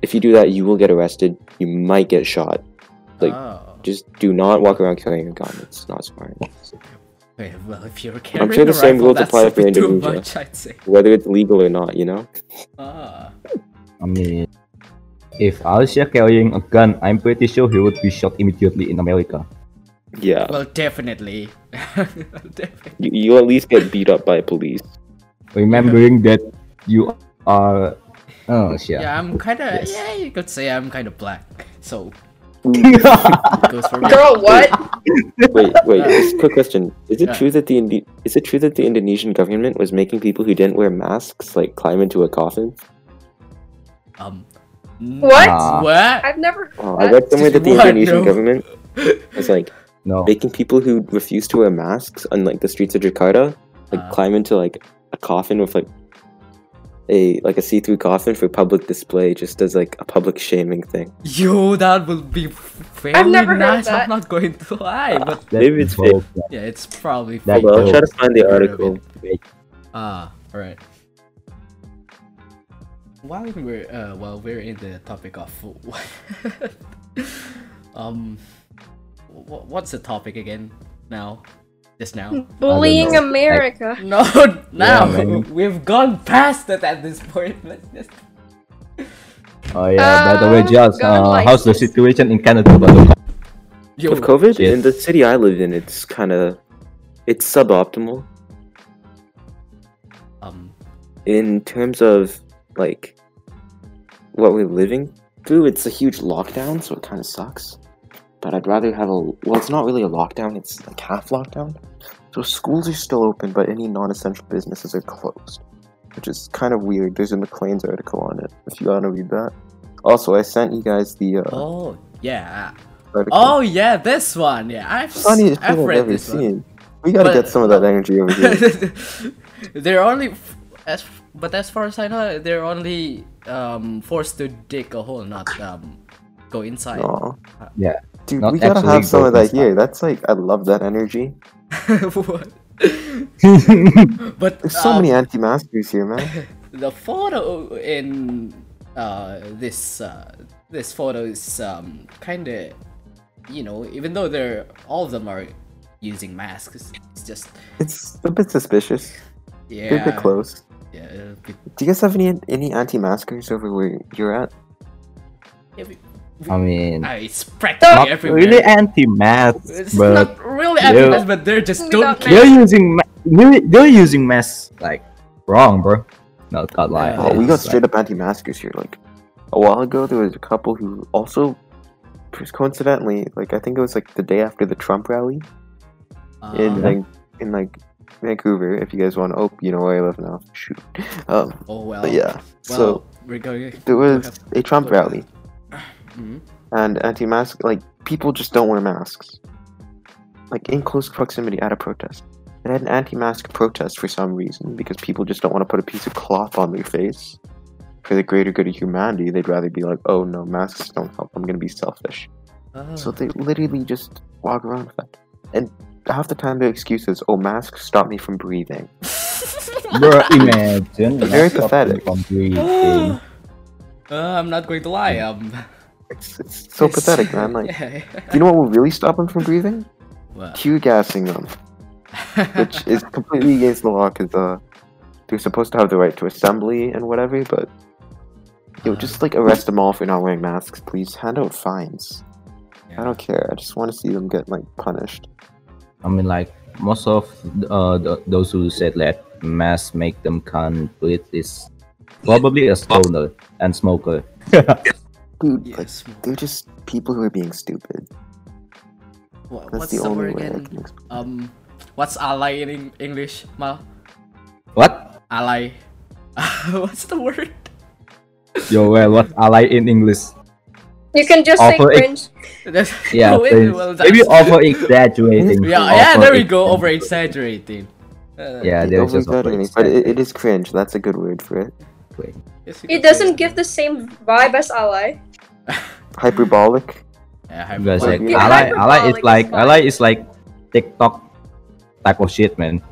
[SPEAKER 4] if you do that you will get arrested you might get shot like,
[SPEAKER 1] oh.
[SPEAKER 4] just do not walk around carrying a gun it's not smart
[SPEAKER 1] Wait, well, if you're carrying
[SPEAKER 4] I'm sure
[SPEAKER 1] a
[SPEAKER 4] the same
[SPEAKER 1] rifle,
[SPEAKER 4] rules
[SPEAKER 1] that's
[SPEAKER 4] apply
[SPEAKER 1] a
[SPEAKER 4] for
[SPEAKER 1] bit too
[SPEAKER 4] Indonesia.
[SPEAKER 1] much, I'd say.
[SPEAKER 4] whether it's legal or not you know
[SPEAKER 1] Ah,
[SPEAKER 2] I mean, if Alicia carrying a gun, I'm pretty sure he would be shot immediately in America.
[SPEAKER 4] yeah
[SPEAKER 1] well, definitely. Definitely.
[SPEAKER 4] you, you'll at least get beat up by police
[SPEAKER 2] Remembering that you are. Oh shit.
[SPEAKER 1] Yeah, I'm kind of.
[SPEAKER 2] Yes.
[SPEAKER 1] Yeah, you could say I'm kind of black. So
[SPEAKER 2] Yeah.
[SPEAKER 1] it goes for me.
[SPEAKER 3] Girl, what?
[SPEAKER 4] Wait, wait. Just quick question: Is it
[SPEAKER 1] Yeah.
[SPEAKER 4] true that the Indi- is it true that the Indonesian government was making people who didn't wear masks like climb into a coffin?
[SPEAKER 1] Um.
[SPEAKER 3] What?
[SPEAKER 2] Nah.
[SPEAKER 1] What?
[SPEAKER 3] I've never.
[SPEAKER 4] Oh, I read somewhere that the
[SPEAKER 1] What?
[SPEAKER 4] Indonesian
[SPEAKER 1] No.
[SPEAKER 4] government was like
[SPEAKER 2] no.
[SPEAKER 4] making people who refuse to wear masks on like the streets of Jakarta like
[SPEAKER 1] Uh.
[SPEAKER 4] climb into like a coffin with like a like a see-through coffin for public display, just as like a public shaming thing.
[SPEAKER 1] Yo, that will be very
[SPEAKER 3] never heard
[SPEAKER 1] nice.
[SPEAKER 3] that.
[SPEAKER 1] I'm not going to lie, but
[SPEAKER 2] That
[SPEAKER 4] Maybe it's
[SPEAKER 2] involves-
[SPEAKER 1] yeah, it's probably.
[SPEAKER 2] That-
[SPEAKER 4] Well, I'll try
[SPEAKER 1] Oh,
[SPEAKER 4] to
[SPEAKER 2] dope.
[SPEAKER 4] find the
[SPEAKER 1] Heard of
[SPEAKER 4] article.
[SPEAKER 1] Ah, alright. While we're uh, while we're in the topic of um, wh- what's the topic again? Now, just now.
[SPEAKER 3] Bullying
[SPEAKER 2] know.
[SPEAKER 3] America.
[SPEAKER 1] No, now
[SPEAKER 2] man.
[SPEAKER 1] we've gone past it at this point. Let's just.
[SPEAKER 2] Oh yeah. by the way,
[SPEAKER 3] Um,
[SPEAKER 2] Josh,
[SPEAKER 3] gun
[SPEAKER 2] uh, how's the
[SPEAKER 3] license.
[SPEAKER 2] situation in Canada? By the way?
[SPEAKER 1] Yo,
[SPEAKER 4] With COVID
[SPEAKER 2] shit.
[SPEAKER 4] in the city I live in, it's kind of it's suboptimal.
[SPEAKER 1] um,
[SPEAKER 4] in terms of like what we're living through, it's a huge lockdown, so it kind of sucks. But I'd rather have a well, it's not really a lockdown; it's like half lockdown. So schools are still open, but any non-essential businesses are closed, which is kind of weird. There's a McLean's article on it. If you want to read that. Also, I sent you guys the uh,
[SPEAKER 1] oh yeah.
[SPEAKER 4] article.
[SPEAKER 1] Oh yeah, this one. Yeah, I've s-
[SPEAKER 4] funny
[SPEAKER 1] I've
[SPEAKER 4] thing I've
[SPEAKER 1] read
[SPEAKER 4] ever
[SPEAKER 1] this one.
[SPEAKER 4] seen. We gotta
[SPEAKER 1] But-
[SPEAKER 4] get some of that energy over here.
[SPEAKER 1] they're only f- as but as far as I know, they're only um forced to dig a hole, not um go inside.
[SPEAKER 4] Aw.
[SPEAKER 2] Yeah.
[SPEAKER 4] uh, Dude,
[SPEAKER 2] Not
[SPEAKER 4] we gotta
[SPEAKER 2] actually
[SPEAKER 4] have some of
[SPEAKER 2] broken
[SPEAKER 4] that here. That's like, I love that energy.
[SPEAKER 1] What? but
[SPEAKER 4] There's so
[SPEAKER 1] um,
[SPEAKER 4] many anti-maskers here, man.
[SPEAKER 1] the photo in uh this uh this photo is um kind of you know even though they're all of them are using masks, it's just
[SPEAKER 4] It's a bit suspicious.
[SPEAKER 1] yeah
[SPEAKER 4] A bit close.
[SPEAKER 1] yeah. it'll be-
[SPEAKER 4] Do you guys have any any anti-maskers over where you're at?
[SPEAKER 1] yeah, we-
[SPEAKER 2] I mean,
[SPEAKER 1] uh, it's practically
[SPEAKER 2] not
[SPEAKER 1] everywhere.
[SPEAKER 2] really anti-mask,
[SPEAKER 1] It's
[SPEAKER 2] but
[SPEAKER 1] not really
[SPEAKER 2] Yeah.
[SPEAKER 1] advertised, but they're just
[SPEAKER 3] We
[SPEAKER 1] don't
[SPEAKER 3] got
[SPEAKER 1] care.
[SPEAKER 2] they're using ma- they're, they're using masks like wrong, bro. No, God, lie.
[SPEAKER 1] Uh, Yeah.
[SPEAKER 4] Oh, we got
[SPEAKER 2] It's
[SPEAKER 4] straight up anti-maskers here. Like a while ago, there was a couple who also, just coincidentally, like I think it was like the day after the Trump rally in
[SPEAKER 1] Um,
[SPEAKER 4] like in like Vancouver. If you guys want, oh, you know where I live now. Shoot. Um,
[SPEAKER 1] oh well.
[SPEAKER 4] but yeah.
[SPEAKER 1] Well,
[SPEAKER 4] so
[SPEAKER 1] we're going.
[SPEAKER 4] there was
[SPEAKER 1] have-
[SPEAKER 4] a Trump
[SPEAKER 1] go ahead.
[SPEAKER 4] rally,
[SPEAKER 1] Mhm.
[SPEAKER 4] and anti-mask like people just don't wear masks, like in close proximity at a protest. They had an anti-mask protest for some reason because people just don't want to put a piece of cloth on their face. For the greater good of humanity, they'd rather be like, "Oh no, masks don't help. I'm gonna be selfish."
[SPEAKER 1] Ah,
[SPEAKER 4] So they literally just walk around with that, and half the time their excuse is, "Oh, masks stop me from breathing."
[SPEAKER 2] like- bro, imagine.
[SPEAKER 4] Very
[SPEAKER 2] like,
[SPEAKER 4] pathetic.
[SPEAKER 2] From breathing.
[SPEAKER 1] uh, I'm not going to lie. Um.
[SPEAKER 4] It's, it's so
[SPEAKER 1] it's-
[SPEAKER 4] pathetic, man. Like,
[SPEAKER 1] yeah, yeah.
[SPEAKER 4] you know what will really stop them from breathing?
[SPEAKER 1] Wah.
[SPEAKER 4] tear gassing them, which is completely against the law because uh, they're supposed to have the right to assembly and whatever. But yo, just like arrest them all for not wearing masks, please. Hand out fines. I don't care. I just want to see them get like punished.
[SPEAKER 2] I mean, like most of uh, th- those who said that masks make them complete is probably a stoner and smoker.
[SPEAKER 4] Dude,
[SPEAKER 1] Yeah,
[SPEAKER 4] like,
[SPEAKER 1] smoke.
[SPEAKER 4] they're just people who are being stupid.
[SPEAKER 1] Wha-
[SPEAKER 4] That's
[SPEAKER 1] what's
[SPEAKER 4] the
[SPEAKER 1] the,
[SPEAKER 4] only
[SPEAKER 1] word
[SPEAKER 4] way I
[SPEAKER 1] again?
[SPEAKER 4] can explain.
[SPEAKER 1] Um, what's ally in Eng- English, Mal?
[SPEAKER 2] What?
[SPEAKER 1] Ally. what's the word?
[SPEAKER 2] Yo, well, what ally in English?
[SPEAKER 3] You can just say
[SPEAKER 2] Offer ex-
[SPEAKER 3] cringe.
[SPEAKER 1] That's-
[SPEAKER 2] Yeah,
[SPEAKER 1] Oh, wait,
[SPEAKER 2] please.
[SPEAKER 1] well, that's-
[SPEAKER 2] maybe over exaggerating.
[SPEAKER 1] Yeah, yeah, there we go. Over exaggerating.
[SPEAKER 2] Over-exaggerating.
[SPEAKER 1] Uh,
[SPEAKER 2] Yeah,
[SPEAKER 4] It
[SPEAKER 2] there was just
[SPEAKER 4] overexaggerating,
[SPEAKER 2] over
[SPEAKER 4] but it, it is cringe. That's a good word for it.
[SPEAKER 1] yes, you can
[SPEAKER 3] It doesn't
[SPEAKER 1] say
[SPEAKER 3] give the same vibe as ally.
[SPEAKER 4] Hyperbolic.
[SPEAKER 1] Yeah,
[SPEAKER 2] You guys
[SPEAKER 1] hyperbole.
[SPEAKER 2] like
[SPEAKER 4] Yeah,
[SPEAKER 2] ally, ally is
[SPEAKER 3] hyperbolic
[SPEAKER 2] like
[SPEAKER 3] is fine.
[SPEAKER 2] ally is like TikTok type of shit, man.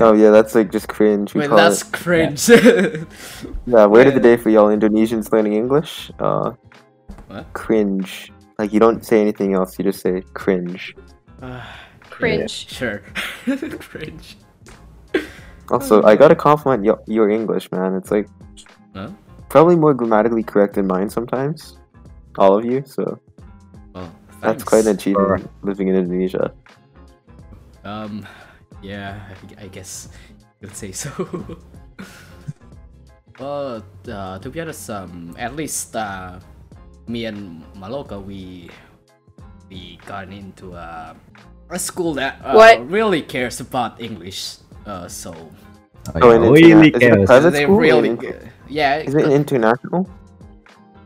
[SPEAKER 4] Oh yeah, that's like just cringe. We
[SPEAKER 1] Wait,
[SPEAKER 4] call
[SPEAKER 1] that's
[SPEAKER 4] it.
[SPEAKER 1] cringe.
[SPEAKER 4] Yeah, word of the
[SPEAKER 1] yeah.
[SPEAKER 4] day for y'all Indonesians learning English. Uh,
[SPEAKER 1] What?
[SPEAKER 4] cringe. Like you don't say anything else. You just say cringe.
[SPEAKER 1] Ah,
[SPEAKER 3] Cringe.
[SPEAKER 1] sure. cringe.
[SPEAKER 4] Also, I gotta compliment y- your English, man. It's like
[SPEAKER 1] Huh?
[SPEAKER 4] probably more grammatically correct than mine sometimes. All of you, so
[SPEAKER 1] Well, thanks.
[SPEAKER 4] that's quite an
[SPEAKER 2] Sure.
[SPEAKER 4] achievement living in Indonesia.
[SPEAKER 1] Um, yeah, I I guess you could say so. well, uh, to be honest, um, at least uh, me and Maloka, we we got into uh, a school that uh,
[SPEAKER 3] What?
[SPEAKER 1] really cares about English. Uh, so
[SPEAKER 4] Oh, and it's, yeah,
[SPEAKER 2] really
[SPEAKER 4] is it a
[SPEAKER 2] cares.
[SPEAKER 4] private
[SPEAKER 1] they
[SPEAKER 4] school or
[SPEAKER 1] really,
[SPEAKER 4] an English-
[SPEAKER 1] yeah.
[SPEAKER 4] Is it international?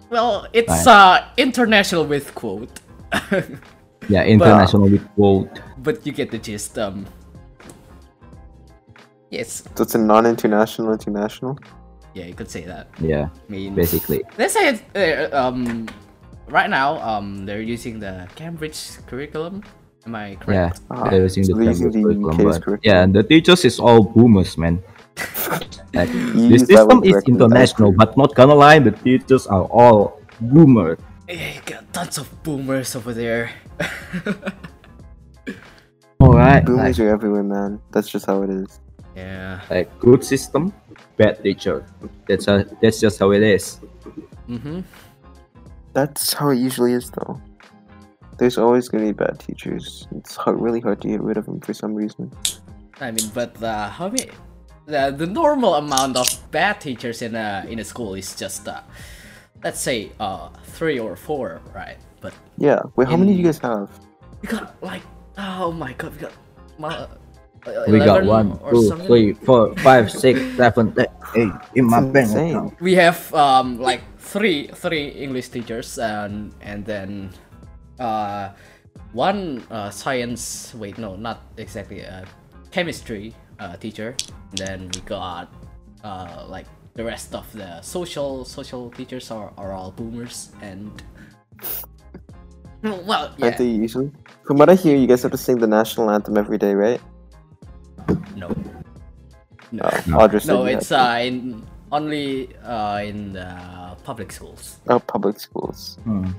[SPEAKER 1] well, it's uh international with quote,
[SPEAKER 2] Yeah, international with quote.
[SPEAKER 1] but you get the gist. Um, yes,
[SPEAKER 4] So it's a non-international international.
[SPEAKER 1] yeah, you could say that.
[SPEAKER 2] Yeah,
[SPEAKER 1] I mean,
[SPEAKER 2] basically.
[SPEAKER 1] They say uh, um, right now um, they're using the Cambridge curriculum. Am I
[SPEAKER 2] Yeah,
[SPEAKER 1] correct?
[SPEAKER 4] Ah,
[SPEAKER 2] they're using
[SPEAKER 4] so
[SPEAKER 2] the
[SPEAKER 4] they're using
[SPEAKER 2] Cambridge
[SPEAKER 4] the
[SPEAKER 2] curriculum,
[SPEAKER 4] UK's
[SPEAKER 2] but-
[SPEAKER 4] curriculum.
[SPEAKER 2] yeah, and the teachers is all boomers, man. Like,
[SPEAKER 4] You
[SPEAKER 2] the
[SPEAKER 4] use that
[SPEAKER 2] system is
[SPEAKER 4] word correctly, that's
[SPEAKER 2] international,
[SPEAKER 4] true.
[SPEAKER 2] but not gonna lie, the teachers are all boomer.
[SPEAKER 1] Yeah, you got tons of boomers over there.
[SPEAKER 2] Alright,
[SPEAKER 4] Boomers
[SPEAKER 2] like,
[SPEAKER 4] are everywhere, man. That's just how it is.
[SPEAKER 1] yeah.
[SPEAKER 2] like, good system, bad teacher. That's a, that's just how it is.
[SPEAKER 1] Mm-hmm.
[SPEAKER 4] That's how it usually is, though. There's always gonna be bad teachers. It's hard, really hard to get rid of them for some reason.
[SPEAKER 1] I mean, but uh, how many? The, the normal amount of bad teachers in a in a school is just uh, let's say uh three or four, right? But
[SPEAKER 4] Yeah. Wait, how many do you
[SPEAKER 1] In-
[SPEAKER 4] guys have?
[SPEAKER 1] we got like oh my god, we got uh,
[SPEAKER 2] We got
[SPEAKER 1] 11
[SPEAKER 2] one,
[SPEAKER 1] or
[SPEAKER 2] two,
[SPEAKER 1] something.
[SPEAKER 2] three, four, five, six, seven, eight, eight in my
[SPEAKER 4] It's
[SPEAKER 2] bank
[SPEAKER 4] insane.
[SPEAKER 2] account.
[SPEAKER 1] we have um like three three English teachers and and then uh one uh, science wait no not exactly uh, chemistry uh, teacher then we got uh like the rest of the social social teachers are, are all boomers and well
[SPEAKER 4] Aren't they
[SPEAKER 1] yeah
[SPEAKER 4] usually? From what I hear, you guys have to sing the national anthem every day, right?
[SPEAKER 1] no no
[SPEAKER 4] Oh, Audra said
[SPEAKER 1] no
[SPEAKER 4] you
[SPEAKER 1] it's
[SPEAKER 4] had to.
[SPEAKER 1] uh in only uh in the public schools
[SPEAKER 4] Oh, public schools.
[SPEAKER 2] Hmm.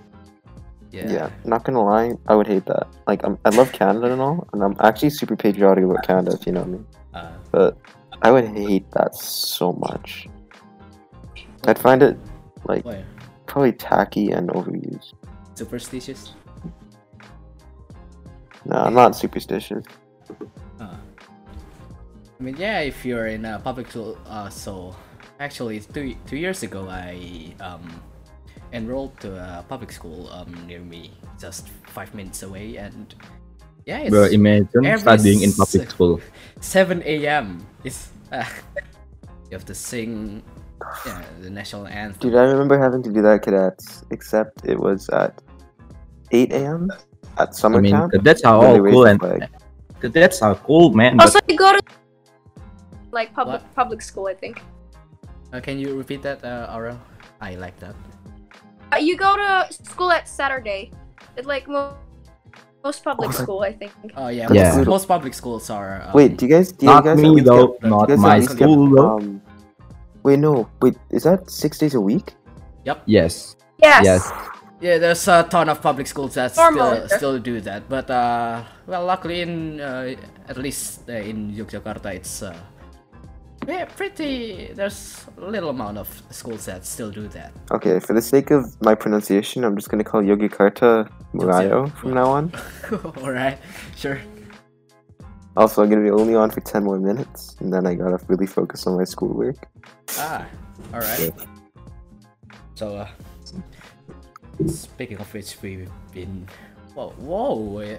[SPEAKER 1] yeah
[SPEAKER 4] Yeah. Not gonna lie, I would hate that. Like, I'm, I love Canada and all, and I'm actually super patriotic about Canada, if you know me.
[SPEAKER 1] uh,
[SPEAKER 4] But I would hate that so much. I'd find it like
[SPEAKER 1] why?
[SPEAKER 4] probably tacky and overused.
[SPEAKER 1] superstitious
[SPEAKER 4] No, I'm not superstitious.
[SPEAKER 1] Uh, I mean, yeah, if you're in a public school, uh, so actually, it's two two years ago, I um enrolled to a public school um near me, just five minutes away, and yeah, it's
[SPEAKER 2] Bro, imagine
[SPEAKER 1] every
[SPEAKER 2] studying in public
[SPEAKER 1] sec-
[SPEAKER 2] school.
[SPEAKER 1] seven a.m. It's uh, you have to sing yeah, the national anthem.
[SPEAKER 4] Dude, I remember having to do that at cadets, except it was at 8 a.m. at summer
[SPEAKER 2] I mean,
[SPEAKER 4] camp.
[SPEAKER 2] that's how
[SPEAKER 4] when
[SPEAKER 2] all
[SPEAKER 4] they raised
[SPEAKER 2] cool
[SPEAKER 4] the
[SPEAKER 2] and
[SPEAKER 4] flag.
[SPEAKER 2] that's how cool, man.
[SPEAKER 1] Oh,
[SPEAKER 3] Also, you go to like public
[SPEAKER 1] What?
[SPEAKER 3] public school, I think.
[SPEAKER 1] Uh, can you repeat that, uh, Aurel? I like that.
[SPEAKER 3] Uh, you go to school at Saturday. It like mo- most public
[SPEAKER 4] Oh, that-
[SPEAKER 3] school, I think.
[SPEAKER 1] Oh yeah,
[SPEAKER 2] Yeah.
[SPEAKER 1] Most, most public schools are. Um,
[SPEAKER 4] Wait, do you guys? Do
[SPEAKER 2] Not
[SPEAKER 4] you guys at
[SPEAKER 2] me
[SPEAKER 4] least
[SPEAKER 2] though,
[SPEAKER 1] get-
[SPEAKER 2] not
[SPEAKER 4] you guys at
[SPEAKER 2] my
[SPEAKER 4] least get,
[SPEAKER 2] school though.
[SPEAKER 4] um, wait, no. Wait, is that six days a week?
[SPEAKER 1] Yep.
[SPEAKER 2] Yes,
[SPEAKER 3] Yes.
[SPEAKER 2] yes.
[SPEAKER 1] Yeah, there's a ton of public schools that
[SPEAKER 3] Normal.
[SPEAKER 1] still still do that, but uh, well, luckily in uh, at least uh, in Yogyakarta, it's uh, yeah, pretty. There's a little amount of schools that still do that.
[SPEAKER 4] Okay, for the sake of my pronunciation, I'm just gonna call Yogyakarta Murayo from now on.
[SPEAKER 1] All right, sure.
[SPEAKER 4] Also, I'm gonna be only on for 10 more minutes, and then I gotta really focus on my schoolwork.
[SPEAKER 1] Ah, all right. So, uh, speaking of which, we've been. Whoa, whoa! eh.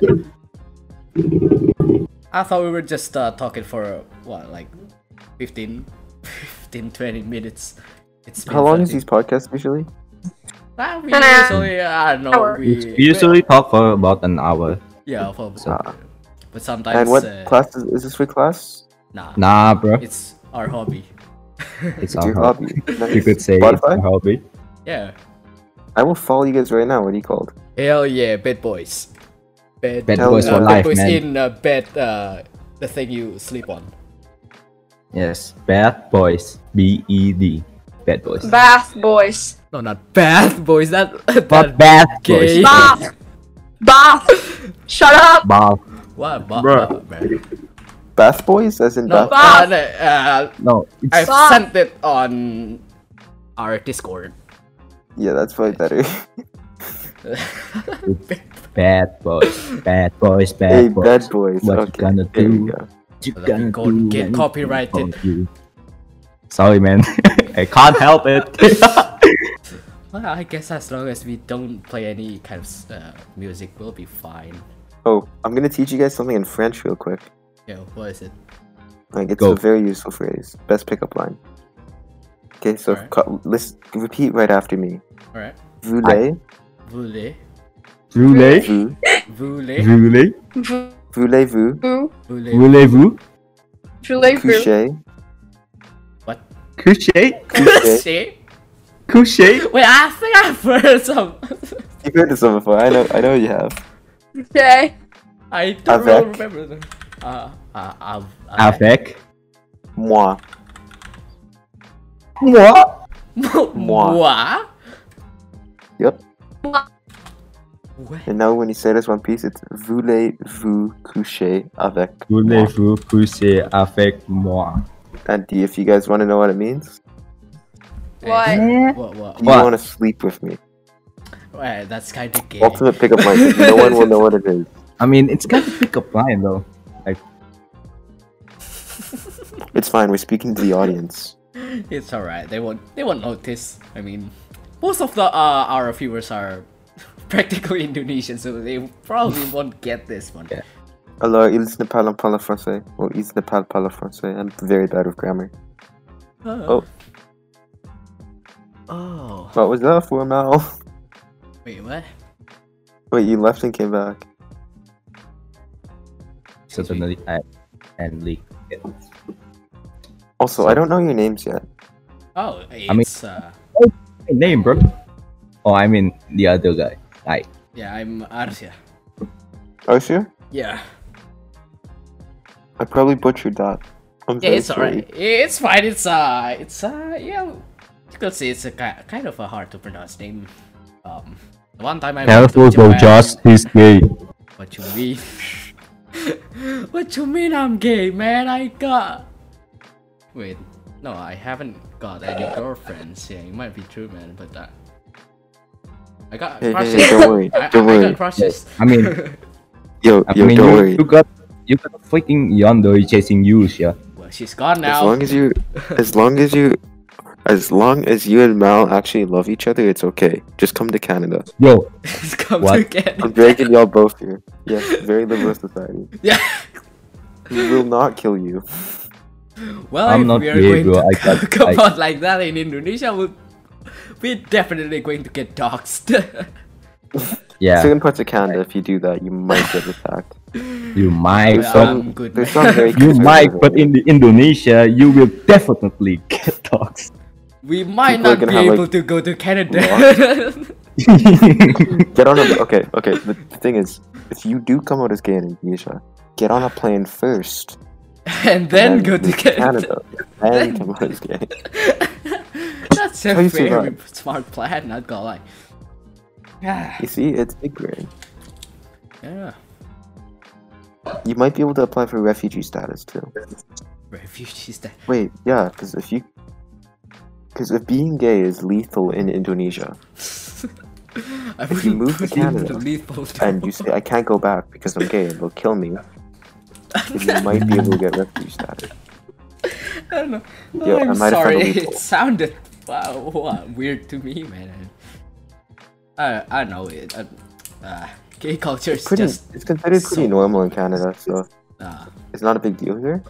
[SPEAKER 1] I thought we were just uh, talking for what, like 15, 15 20 minutes. It's been
[SPEAKER 4] How long is
[SPEAKER 1] 30.
[SPEAKER 4] these podcasts usually?
[SPEAKER 1] Ah, we
[SPEAKER 3] An hour.
[SPEAKER 1] usually, I don't know.
[SPEAKER 3] Hour.
[SPEAKER 1] We,
[SPEAKER 2] We usually talk for about an hour.
[SPEAKER 1] yeah, for,
[SPEAKER 4] Ah.
[SPEAKER 1] but sometimes.
[SPEAKER 4] And what
[SPEAKER 1] uh,
[SPEAKER 4] class is, is this for class?
[SPEAKER 1] Nah,
[SPEAKER 2] Nah, bro.
[SPEAKER 1] it's our hobby.
[SPEAKER 2] It's
[SPEAKER 4] It's
[SPEAKER 2] our
[SPEAKER 4] your
[SPEAKER 2] hobby.
[SPEAKER 4] hobby. Nice.
[SPEAKER 2] Uh-huh. You could say it's our
[SPEAKER 4] Spotify?
[SPEAKER 2] hobby.
[SPEAKER 1] Yeah.
[SPEAKER 4] I will follow you guys right now. What are you called?
[SPEAKER 1] Hell yeah, bad boys. Bad,
[SPEAKER 2] Bad
[SPEAKER 4] Hell boys yeah. for
[SPEAKER 2] life,
[SPEAKER 1] boys
[SPEAKER 2] man.
[SPEAKER 1] in uh, bed, uh, the thing you sleep on.
[SPEAKER 2] Yes, bad boys. B E D. Bad boys.
[SPEAKER 3] Bath boys.
[SPEAKER 1] No, not bad boys. That that
[SPEAKER 2] But bad
[SPEAKER 1] gay.
[SPEAKER 2] boys.
[SPEAKER 3] Bath. Bath. Shut up.
[SPEAKER 2] Bath.
[SPEAKER 1] what? Ba- ba-
[SPEAKER 2] Bruh.
[SPEAKER 1] ba-
[SPEAKER 4] Bath boys, as in
[SPEAKER 1] no, uh,
[SPEAKER 4] bath.
[SPEAKER 1] no, uh,
[SPEAKER 2] No,
[SPEAKER 1] I've
[SPEAKER 2] it's
[SPEAKER 3] Ba-
[SPEAKER 1] sent it on our Discord.
[SPEAKER 4] Yeah, that's probably better.
[SPEAKER 2] bad boys. Bad boys. Bad
[SPEAKER 4] hey,
[SPEAKER 2] boys.
[SPEAKER 4] bad boys.
[SPEAKER 2] What you
[SPEAKER 4] okay,
[SPEAKER 2] gonna
[SPEAKER 4] there
[SPEAKER 2] do?
[SPEAKER 4] we go.
[SPEAKER 2] you
[SPEAKER 1] Let me go and get
[SPEAKER 2] anything
[SPEAKER 1] copyrighted.
[SPEAKER 2] for you. Sorry, man. I can't help it.
[SPEAKER 1] Well, I guess as long as we don't play any kind of uh, music, we'll be fine.
[SPEAKER 4] Oh, I'm gonna teach you guys something in French real quick.
[SPEAKER 1] Yeah, what is it?
[SPEAKER 4] Like it's
[SPEAKER 2] Go.
[SPEAKER 4] a very useful phrase. Best pickup line. Okay, so
[SPEAKER 1] Alright.
[SPEAKER 4] co- let's repeat right after me.
[SPEAKER 1] All right.
[SPEAKER 4] Voulez,
[SPEAKER 1] Voulez,
[SPEAKER 2] Voulez,
[SPEAKER 4] vous,
[SPEAKER 1] voulez,
[SPEAKER 2] voulez,
[SPEAKER 3] Voo.
[SPEAKER 4] voulez-vous
[SPEAKER 3] Voo.
[SPEAKER 1] voulez.
[SPEAKER 2] voulez-vous
[SPEAKER 3] Voulez-vous.
[SPEAKER 4] coucher?
[SPEAKER 1] What?
[SPEAKER 2] coucher,
[SPEAKER 4] coucher?
[SPEAKER 1] Say?
[SPEAKER 2] coucher?
[SPEAKER 1] Wait, I think I've heard some.
[SPEAKER 4] You've heard this one before. I know. I know you have.
[SPEAKER 3] Okay.
[SPEAKER 1] I don't
[SPEAKER 4] Avec.
[SPEAKER 1] remember them. Uh, uh, av- avec.
[SPEAKER 2] Avec
[SPEAKER 4] Moi.
[SPEAKER 2] moi,
[SPEAKER 4] Moi.
[SPEAKER 1] Moi?
[SPEAKER 4] Yep.
[SPEAKER 1] What?
[SPEAKER 4] And now when you say this one piece, it's voulez-vous coucher avec moi?
[SPEAKER 2] voulez-vous coucher avec moi?
[SPEAKER 4] And D, if you guys want to know what it means,
[SPEAKER 3] What?
[SPEAKER 1] Eh,
[SPEAKER 2] Eh?
[SPEAKER 1] What? What?
[SPEAKER 4] do you
[SPEAKER 2] What?
[SPEAKER 4] want to sleep with me?
[SPEAKER 1] Wait, that's kind of gay.
[SPEAKER 4] Ultimate pickup line. no one will know what it is.
[SPEAKER 2] I mean, it's kind of pickup line though.
[SPEAKER 4] It's fine. We're speaking to the audience.
[SPEAKER 1] It's alright. They won't. They won't notice. I mean, most of the uh, our viewers are practically Indonesian, so they probably won't get this one.
[SPEAKER 2] Yeah.
[SPEAKER 4] Alors, ils ne parlent pas le français. Or, ils ne parlent pas le français. I'm very bad with grammar.
[SPEAKER 1] Oh.
[SPEAKER 4] Oh.
[SPEAKER 1] Oh.
[SPEAKER 4] What was that for, Mal?
[SPEAKER 1] Wait, what?
[SPEAKER 4] Wait, you left and came back.
[SPEAKER 2] Suddenly, I and leak.
[SPEAKER 4] Also, I don't know your names yet.
[SPEAKER 1] Oh, it's
[SPEAKER 2] mean-
[SPEAKER 1] uh.
[SPEAKER 2] Name, bro. Oh, I mean the other guy. Like,
[SPEAKER 1] Yeah, I'm Arsia.
[SPEAKER 4] Are you sure?
[SPEAKER 1] Yeah.
[SPEAKER 4] I probably butchered that. I'm
[SPEAKER 1] Yeah,
[SPEAKER 4] very
[SPEAKER 1] it's
[SPEAKER 4] sorry.
[SPEAKER 1] alright. It's fine. It's uh, it's uh, yeah. You could say it's a ki- kind of a hard to pronounce name. Um, the one time I went to Japan-
[SPEAKER 2] He's gay.
[SPEAKER 1] What you mean? what you mean I'm gay, man? I got. Wait, no, I haven't got any girlfriends. Yeah, it might be true, man, but that. I got
[SPEAKER 4] Hey, hey,
[SPEAKER 1] crushes.
[SPEAKER 4] hey, don't worry.
[SPEAKER 1] I, I,
[SPEAKER 4] Don't
[SPEAKER 1] I
[SPEAKER 4] worry.
[SPEAKER 1] got crushes.
[SPEAKER 2] I mean,
[SPEAKER 4] Yo,
[SPEAKER 2] I
[SPEAKER 4] yo,
[SPEAKER 2] mean,
[SPEAKER 4] don't
[SPEAKER 2] you,
[SPEAKER 4] worry.
[SPEAKER 2] you got you got freaking Yandoi chasing you, yeah.
[SPEAKER 1] Well, she's gone
[SPEAKER 4] As
[SPEAKER 1] now.
[SPEAKER 4] long as you, as long as you, as long as you and Mal actually love each other, it's okay. Just come to Canada.
[SPEAKER 2] Yo,
[SPEAKER 1] She's come
[SPEAKER 2] What?
[SPEAKER 1] to get
[SPEAKER 4] I'm dragging y'all both here. Yes, very liberal society.
[SPEAKER 1] Yeah.
[SPEAKER 4] We will not kill you.
[SPEAKER 1] Well,
[SPEAKER 2] I'm
[SPEAKER 1] if
[SPEAKER 2] not
[SPEAKER 1] we are
[SPEAKER 2] gay,
[SPEAKER 1] going
[SPEAKER 2] bro. I
[SPEAKER 1] to
[SPEAKER 2] got-
[SPEAKER 1] come
[SPEAKER 2] I-
[SPEAKER 1] out like that in Indonesia, we'll, we're definitely going to get doxxed.
[SPEAKER 2] yeah,
[SPEAKER 4] Certain parts of Canada, if you do that, you might get attacked.
[SPEAKER 2] you might,
[SPEAKER 1] Yeah,
[SPEAKER 2] but
[SPEAKER 1] I'm good,
[SPEAKER 4] There's
[SPEAKER 1] man.
[SPEAKER 4] some very
[SPEAKER 2] you might,
[SPEAKER 4] conservative
[SPEAKER 2] but in the Indonesia, you will definitely get dogs.
[SPEAKER 1] we might
[SPEAKER 4] People are
[SPEAKER 1] not be
[SPEAKER 4] gonna have,
[SPEAKER 1] able
[SPEAKER 4] like,
[SPEAKER 1] to go to Canada.
[SPEAKER 4] Get on a okay, okay. The, the thing is, if you do come out as gay in Indonesia, get on a plane first,
[SPEAKER 1] and then
[SPEAKER 4] and
[SPEAKER 1] go to
[SPEAKER 4] move
[SPEAKER 1] Canada.
[SPEAKER 4] Canada, and come out as gay.
[SPEAKER 1] That's a
[SPEAKER 4] Tell you
[SPEAKER 1] very
[SPEAKER 4] survive.
[SPEAKER 1] smart plan, not gonna lie. yeah.
[SPEAKER 4] You see, it's big brain.
[SPEAKER 1] yeah.
[SPEAKER 4] You might be able to apply for refugee status too.
[SPEAKER 1] Refugees that
[SPEAKER 4] Wait, yeah, because if you, because if being gay is lethal in Indonesia,
[SPEAKER 1] I
[SPEAKER 4] If
[SPEAKER 1] wouldn't
[SPEAKER 4] you move to
[SPEAKER 1] put him
[SPEAKER 4] Canada
[SPEAKER 1] lethal to-
[SPEAKER 4] and you say I can't go back because I'm gay and they'll kill me, then you might be able to get refugee status.
[SPEAKER 1] I don't know.
[SPEAKER 4] Yeah, I
[SPEAKER 1] I'm
[SPEAKER 4] might have
[SPEAKER 1] sorry.
[SPEAKER 4] found a loophole.
[SPEAKER 1] It sounded wow, wow, weird to me, man. I I know it. Uh, uh, gay culture is
[SPEAKER 4] Pretty,
[SPEAKER 1] just
[SPEAKER 4] it's considered pretty
[SPEAKER 1] so-
[SPEAKER 4] normal in Canada, so
[SPEAKER 1] uh,
[SPEAKER 4] it's not a big deal here.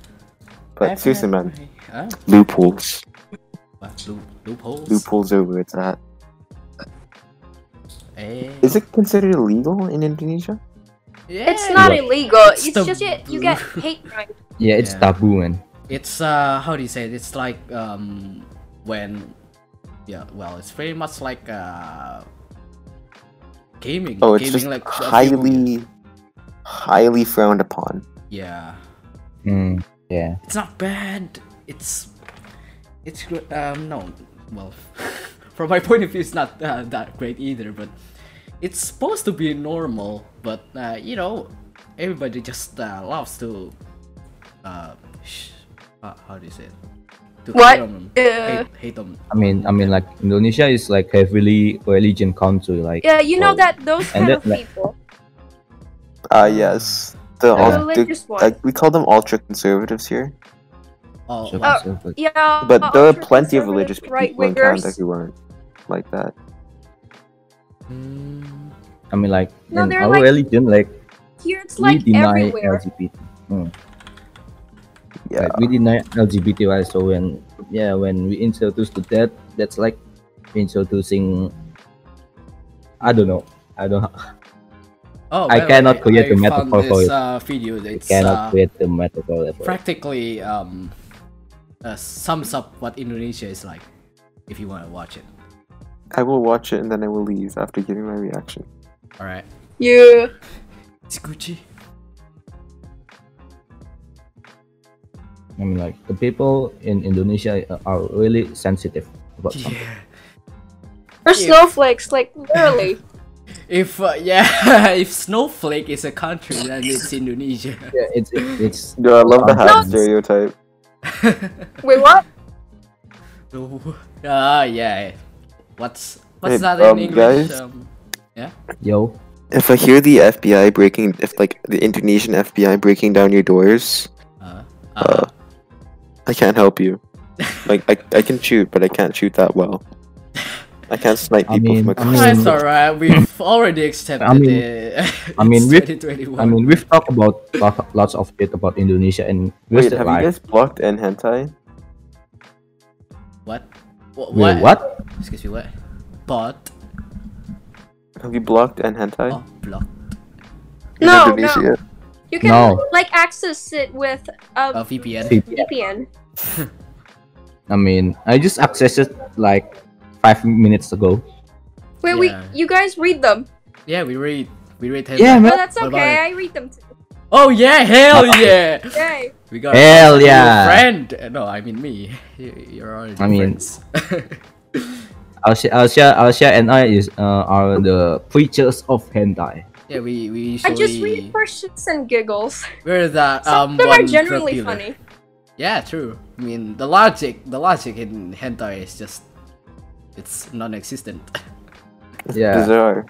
[SPEAKER 4] But
[SPEAKER 1] I've
[SPEAKER 4] seriously,
[SPEAKER 1] had
[SPEAKER 4] man,
[SPEAKER 1] my- Huh?
[SPEAKER 4] loopholes,
[SPEAKER 1] Oh, What, loop- loopholes?
[SPEAKER 4] loopholes are where it's at.
[SPEAKER 1] Eh,
[SPEAKER 4] Is it considered illegal in Indonesia?
[SPEAKER 1] yeah.
[SPEAKER 3] It's not
[SPEAKER 2] Yeah.
[SPEAKER 3] illegal.
[SPEAKER 1] It's
[SPEAKER 3] It's
[SPEAKER 1] the
[SPEAKER 3] just you, you get hate crime.
[SPEAKER 2] Yeah, it's
[SPEAKER 1] Yeah.
[SPEAKER 2] taboo, man.
[SPEAKER 1] It's uh, how do you say? It? It's like um, when, yeah. Well, it's very much like uh, gaming.
[SPEAKER 4] Oh, it's
[SPEAKER 1] gaming
[SPEAKER 4] just
[SPEAKER 1] like a few-
[SPEAKER 4] highly, highly frowned upon.
[SPEAKER 1] Yeah.
[SPEAKER 2] Mm, yeah.
[SPEAKER 1] it's not bad. It's it's gr- um no well from my point of view it's not uh, that great either. But it's supposed to be normal. But uh, you know everybody just uh, loves to uh, sh- uh how do you say it? To
[SPEAKER 3] What?
[SPEAKER 1] Hate on them.
[SPEAKER 3] Uh.
[SPEAKER 1] Hate, hate them.
[SPEAKER 2] I mean, I mean, like Indonesia is like heavily religion country. Like,
[SPEAKER 3] Yeah, you know
[SPEAKER 2] so-
[SPEAKER 3] that those
[SPEAKER 2] And
[SPEAKER 3] kind
[SPEAKER 2] that-
[SPEAKER 3] of people.
[SPEAKER 4] Ah, yes. The,
[SPEAKER 2] Yeah.
[SPEAKER 4] ul-
[SPEAKER 3] Religious one.
[SPEAKER 4] the- uh, like, we call them ultra conservatives here,
[SPEAKER 1] Oh,
[SPEAKER 2] so
[SPEAKER 1] well,
[SPEAKER 2] conservative.
[SPEAKER 3] Yeah,
[SPEAKER 4] but there are
[SPEAKER 3] ultra
[SPEAKER 4] plenty of
[SPEAKER 3] conservative
[SPEAKER 4] religious people in Canada
[SPEAKER 3] Uh, right-wingers.
[SPEAKER 4] who aren't like that.
[SPEAKER 1] mm,
[SPEAKER 2] I mean, like
[SPEAKER 3] No,
[SPEAKER 2] in
[SPEAKER 3] they're
[SPEAKER 2] our
[SPEAKER 3] like-
[SPEAKER 2] religion, like
[SPEAKER 3] Here it's
[SPEAKER 2] we
[SPEAKER 3] like
[SPEAKER 2] deny
[SPEAKER 3] everywhere.
[SPEAKER 2] LGBT.
[SPEAKER 4] Yeah,
[SPEAKER 2] Like we deny LGBT rights. So when yeah, when we introduce to that, that's like introducing. I don't know. I don't.
[SPEAKER 1] oh,
[SPEAKER 2] I
[SPEAKER 1] by the
[SPEAKER 2] cannot
[SPEAKER 1] way,
[SPEAKER 2] create
[SPEAKER 1] I
[SPEAKER 2] a metaphor
[SPEAKER 1] found
[SPEAKER 2] for
[SPEAKER 1] this,
[SPEAKER 2] it.
[SPEAKER 1] Uh, video.
[SPEAKER 2] I
[SPEAKER 1] It's
[SPEAKER 2] cannot
[SPEAKER 1] uh,
[SPEAKER 2] create the metaphor level.
[SPEAKER 1] practically um, uh, sums up what Indonesia is like. If you want to watch it,
[SPEAKER 4] I will watch it and then I will leave after giving my reaction.
[SPEAKER 1] all right.
[SPEAKER 3] Yeah.
[SPEAKER 1] It's Gucci.
[SPEAKER 2] I mean, like the people in Indonesia uh, are really sensitive about something.
[SPEAKER 1] Yeah.
[SPEAKER 3] Or
[SPEAKER 1] Yeah.
[SPEAKER 3] snowflakes, like literally.
[SPEAKER 1] If uh, yeah, if snowflake is a country, then it's Indonesia.
[SPEAKER 2] Yeah, it's it's it's-
[SPEAKER 4] Yeah, I love the
[SPEAKER 2] Um,
[SPEAKER 4] hat
[SPEAKER 2] No.
[SPEAKER 4] stereotype.
[SPEAKER 3] Wait, what?
[SPEAKER 1] So, Ah, yeah. What's what's
[SPEAKER 4] Hey,
[SPEAKER 1] that
[SPEAKER 4] um,
[SPEAKER 1] in English?
[SPEAKER 4] guys?
[SPEAKER 1] Um,
[SPEAKER 2] yo.
[SPEAKER 4] If I hear the FBI breaking, if like the Indonesian FBI breaking down your doors,
[SPEAKER 1] uh, uh,
[SPEAKER 4] I can't help you. Like I, I can shoot, but I can't shoot that well. I can't snipe
[SPEAKER 2] I
[SPEAKER 4] people
[SPEAKER 2] mean-
[SPEAKER 4] from a
[SPEAKER 2] I mean-
[SPEAKER 1] that's alright. We've already accepted
[SPEAKER 2] I mean-
[SPEAKER 1] it.
[SPEAKER 2] I mean,
[SPEAKER 1] It's
[SPEAKER 2] with-
[SPEAKER 1] 2021.
[SPEAKER 2] I mean, we've talked about lot, lots of shit about Indonesia and we're
[SPEAKER 4] Wait,
[SPEAKER 2] still
[SPEAKER 4] have you
[SPEAKER 2] like,
[SPEAKER 4] guys blocked in hentai?
[SPEAKER 1] what? What?
[SPEAKER 2] wait, what?
[SPEAKER 1] Excuse me. What? Bot?
[SPEAKER 4] Have you blocked in hentai?
[SPEAKER 1] Oh, block.
[SPEAKER 4] in
[SPEAKER 3] No, no.
[SPEAKER 4] Indonesia?
[SPEAKER 3] You can
[SPEAKER 2] No.
[SPEAKER 3] like access it with
[SPEAKER 1] Uh,
[SPEAKER 3] a
[SPEAKER 1] VPN.
[SPEAKER 2] See,
[SPEAKER 3] VPN.
[SPEAKER 2] I mean, I just accessed it like five minutes ago.
[SPEAKER 3] Wait, we
[SPEAKER 1] Yeah.
[SPEAKER 3] you guys read them?
[SPEAKER 1] Yeah, we read. We read.
[SPEAKER 2] Yeah,
[SPEAKER 1] headline.
[SPEAKER 2] man.
[SPEAKER 3] No, that's
[SPEAKER 1] What
[SPEAKER 3] okay.
[SPEAKER 1] about
[SPEAKER 3] I read them too.
[SPEAKER 1] Oh yeah! Hell yeah!
[SPEAKER 3] Yay.
[SPEAKER 1] We got
[SPEAKER 2] Hell
[SPEAKER 1] a new
[SPEAKER 2] yeah.
[SPEAKER 1] friend. Uh, No, I mean me. You- You're already
[SPEAKER 2] I mean-
[SPEAKER 1] friends.
[SPEAKER 2] Alsha, Alsha, Alsha, and I is uh, are the preachers of hentai.
[SPEAKER 1] yeah, we we
[SPEAKER 3] I just
[SPEAKER 1] usually
[SPEAKER 3] read for shits and giggles.
[SPEAKER 1] we're the
[SPEAKER 3] Some
[SPEAKER 1] um
[SPEAKER 3] of them
[SPEAKER 1] one
[SPEAKER 3] are generally
[SPEAKER 1] drug dealer.
[SPEAKER 3] funny.
[SPEAKER 1] Yeah, true. I mean the logic, the logic in hentai is just it's non-existent.
[SPEAKER 2] Yeah,
[SPEAKER 4] Bizarre.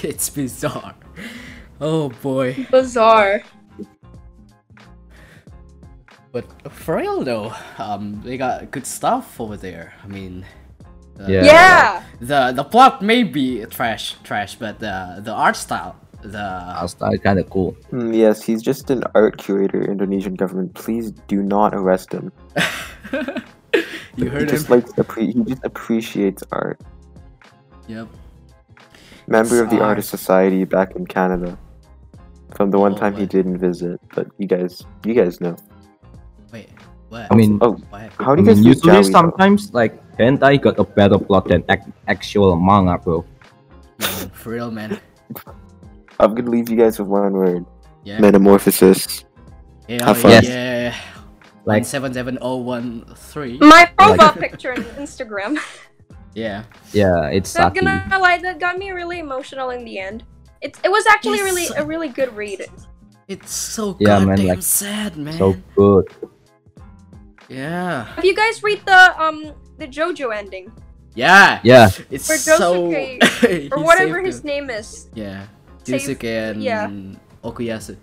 [SPEAKER 1] it's bizarre. Oh boy.
[SPEAKER 3] Bizarre.
[SPEAKER 1] But for real though, um, they got good stuff over there. I mean. uh,
[SPEAKER 2] Yeah.
[SPEAKER 3] Yeah.
[SPEAKER 1] The the plot may be trash, trash, but the the art style, the
[SPEAKER 2] Alsha kind of cool.
[SPEAKER 4] Mm, yes, he's just an art curator. Indonesian government, please do not arrest him.
[SPEAKER 1] you
[SPEAKER 4] He
[SPEAKER 1] heard
[SPEAKER 4] just
[SPEAKER 1] him.
[SPEAKER 4] likes appre- he just appreciates art.
[SPEAKER 1] Yep.
[SPEAKER 4] member of the
[SPEAKER 1] Sorry.
[SPEAKER 4] Artist Society back in Canada. From the one
[SPEAKER 1] Oh,
[SPEAKER 4] time he
[SPEAKER 1] what?
[SPEAKER 4] didn't visit, but you guys, you guys know.
[SPEAKER 1] Wait. What?
[SPEAKER 2] I mean,
[SPEAKER 4] Oh,
[SPEAKER 1] What?
[SPEAKER 4] how
[SPEAKER 2] I
[SPEAKER 4] do you guys
[SPEAKER 2] mean,
[SPEAKER 4] know
[SPEAKER 2] usually
[SPEAKER 4] Jawi, though?
[SPEAKER 2] sometimes like hentai got a better plot than ac- actual manga, bro.
[SPEAKER 1] Man, for real, man.
[SPEAKER 4] I'm gonna leave you guys with one word:
[SPEAKER 1] Yeah.
[SPEAKER 4] metamorphosis.
[SPEAKER 1] yeah,
[SPEAKER 4] have fun.
[SPEAKER 2] Yes.
[SPEAKER 1] yeah.
[SPEAKER 2] Like- Mm.
[SPEAKER 1] Like seven seven oh one three.
[SPEAKER 3] My profile picture on Instagram.
[SPEAKER 1] Yeah.
[SPEAKER 2] Yeah, it's
[SPEAKER 3] Not
[SPEAKER 2] sucky.
[SPEAKER 3] gonna lie, that got me really emotional in the end. It, it was actually
[SPEAKER 1] Yes.
[SPEAKER 3] really a really good read.
[SPEAKER 1] It's so
[SPEAKER 2] Yeah, man,
[SPEAKER 1] goddamn
[SPEAKER 2] like,
[SPEAKER 1] sad, man.
[SPEAKER 2] So good.
[SPEAKER 1] Yeah.
[SPEAKER 3] Have you guys read the um the JoJo ending
[SPEAKER 1] Yeah.
[SPEAKER 2] Yeah,
[SPEAKER 1] It's
[SPEAKER 3] Or
[SPEAKER 1] so
[SPEAKER 3] Josuke, or
[SPEAKER 1] He
[SPEAKER 3] whatever
[SPEAKER 1] saved
[SPEAKER 3] his
[SPEAKER 1] him.
[SPEAKER 3] name is?
[SPEAKER 1] Yeah.
[SPEAKER 3] saved-
[SPEAKER 1] Josuke and
[SPEAKER 3] yeah.
[SPEAKER 1] Okuyasu.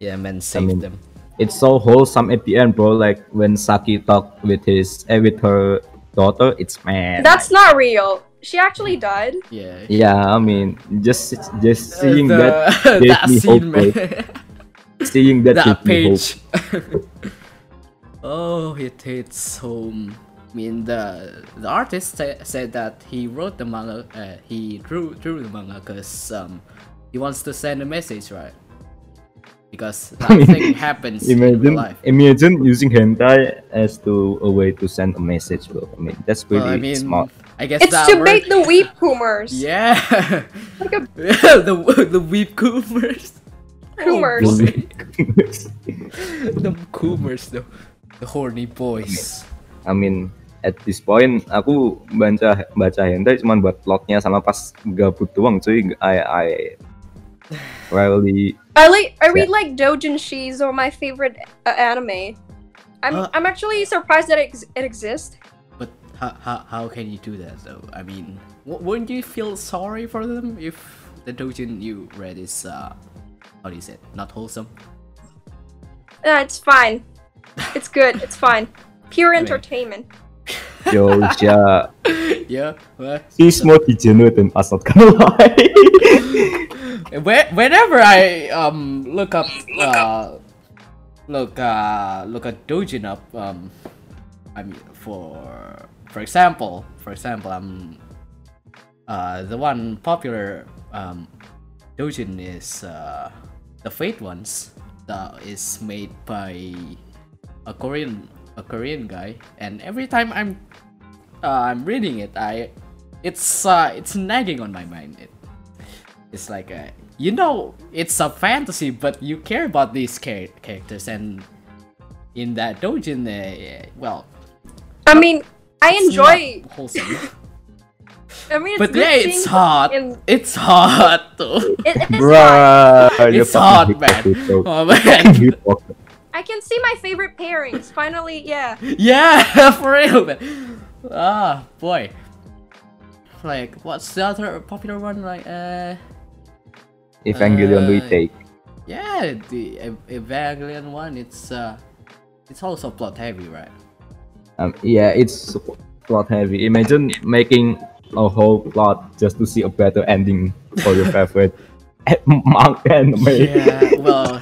[SPEAKER 1] Yeah, man, saved
[SPEAKER 2] mean-
[SPEAKER 1] them.
[SPEAKER 2] it's so wholesome at the end, bro. Like when Saki talked with his eh, with her daughter, it's mad.
[SPEAKER 3] That's not real. She actually died.
[SPEAKER 1] Yeah.
[SPEAKER 2] yeah. I mean, just just
[SPEAKER 1] Uh,
[SPEAKER 2] seeing
[SPEAKER 1] the-
[SPEAKER 2] that gave
[SPEAKER 1] that
[SPEAKER 2] me
[SPEAKER 1] scene, man.
[SPEAKER 2] hope, seeing that,
[SPEAKER 1] uh, that
[SPEAKER 2] gave me hope.
[SPEAKER 1] page. oh, it hits home. I mean, the the artist sa- said that he wrote the manga. Uh, he drew drew the manga because um, he wants to send a message, right? Because that
[SPEAKER 2] mean,
[SPEAKER 1] thing happens in real
[SPEAKER 2] Imagine,
[SPEAKER 1] life.
[SPEAKER 2] imagine using hentai as to a way to send a message, bro. I mean, that's pretty
[SPEAKER 1] Well, I mean,
[SPEAKER 2] smart.
[SPEAKER 1] I guess
[SPEAKER 3] It's
[SPEAKER 1] that
[SPEAKER 3] to
[SPEAKER 1] word-
[SPEAKER 3] bait the weep coomers.
[SPEAKER 1] Yeah,
[SPEAKER 3] Like a
[SPEAKER 1] the the weep coomers.
[SPEAKER 3] coomers.
[SPEAKER 1] Oh, boy. the coomers, the the horny boys.
[SPEAKER 2] I mean, at this point, aku baca baca hentai cuman buat plotnya sama pas gabut doang, cuy. I I really
[SPEAKER 3] I like I read like Dojin Shi's or my favorite uh, anime. I'm
[SPEAKER 1] Uh.
[SPEAKER 3] I'm actually surprised that it, ex- it exists.
[SPEAKER 1] But how, how, how can you do that though? I mean, w- wouldn't you feel sorry for them if the doujin you read is uh, how do you say, it? not wholesome?
[SPEAKER 3] Nah, Uh, it's fine. It's good. It's fine. Pure
[SPEAKER 1] I mean-
[SPEAKER 3] entertainment.
[SPEAKER 2] Georgia
[SPEAKER 1] yeah. Well,
[SPEAKER 2] is more degenerate than us, not gonna lie.
[SPEAKER 1] Whe- whenever I um look up uh look uh look at doujin up um I mean for for example for example um uh the one popular um doujin is uh the fate ones that is made by a Korean a Korean guy and every time I'm uh, I'm reading it I it's uh it's nagging on my mind it it's like a, you know it's a fantasy but you care about these char- characters and in that dojin uh, well
[SPEAKER 3] I mean, I
[SPEAKER 1] it's
[SPEAKER 3] enjoy.
[SPEAKER 1] not wholesome
[SPEAKER 3] I mean, it's
[SPEAKER 1] but
[SPEAKER 3] good
[SPEAKER 1] yeah it's
[SPEAKER 3] seeing-
[SPEAKER 1] hot
[SPEAKER 3] in-
[SPEAKER 1] it's hot though.
[SPEAKER 3] It, it's not.
[SPEAKER 2] Bruh, you're
[SPEAKER 1] it's hot
[SPEAKER 2] fucking
[SPEAKER 1] man
[SPEAKER 2] hypocrite, bro.
[SPEAKER 1] oh
[SPEAKER 2] Fucking
[SPEAKER 1] man
[SPEAKER 2] hypocrite.
[SPEAKER 3] I can see my favorite pairings. Finally, yeah.
[SPEAKER 1] yeah for real man ah boy like what's the other popular one like uh
[SPEAKER 2] Evangelion
[SPEAKER 1] Uh,
[SPEAKER 2] retake.
[SPEAKER 1] yeah the Ev- evangelion one it's uh it's also plot heavy right
[SPEAKER 2] Um, yeah, it's plot heavy. Imagine making a whole plot just to see a better ending for your favorite manga anime.
[SPEAKER 1] yeah, well,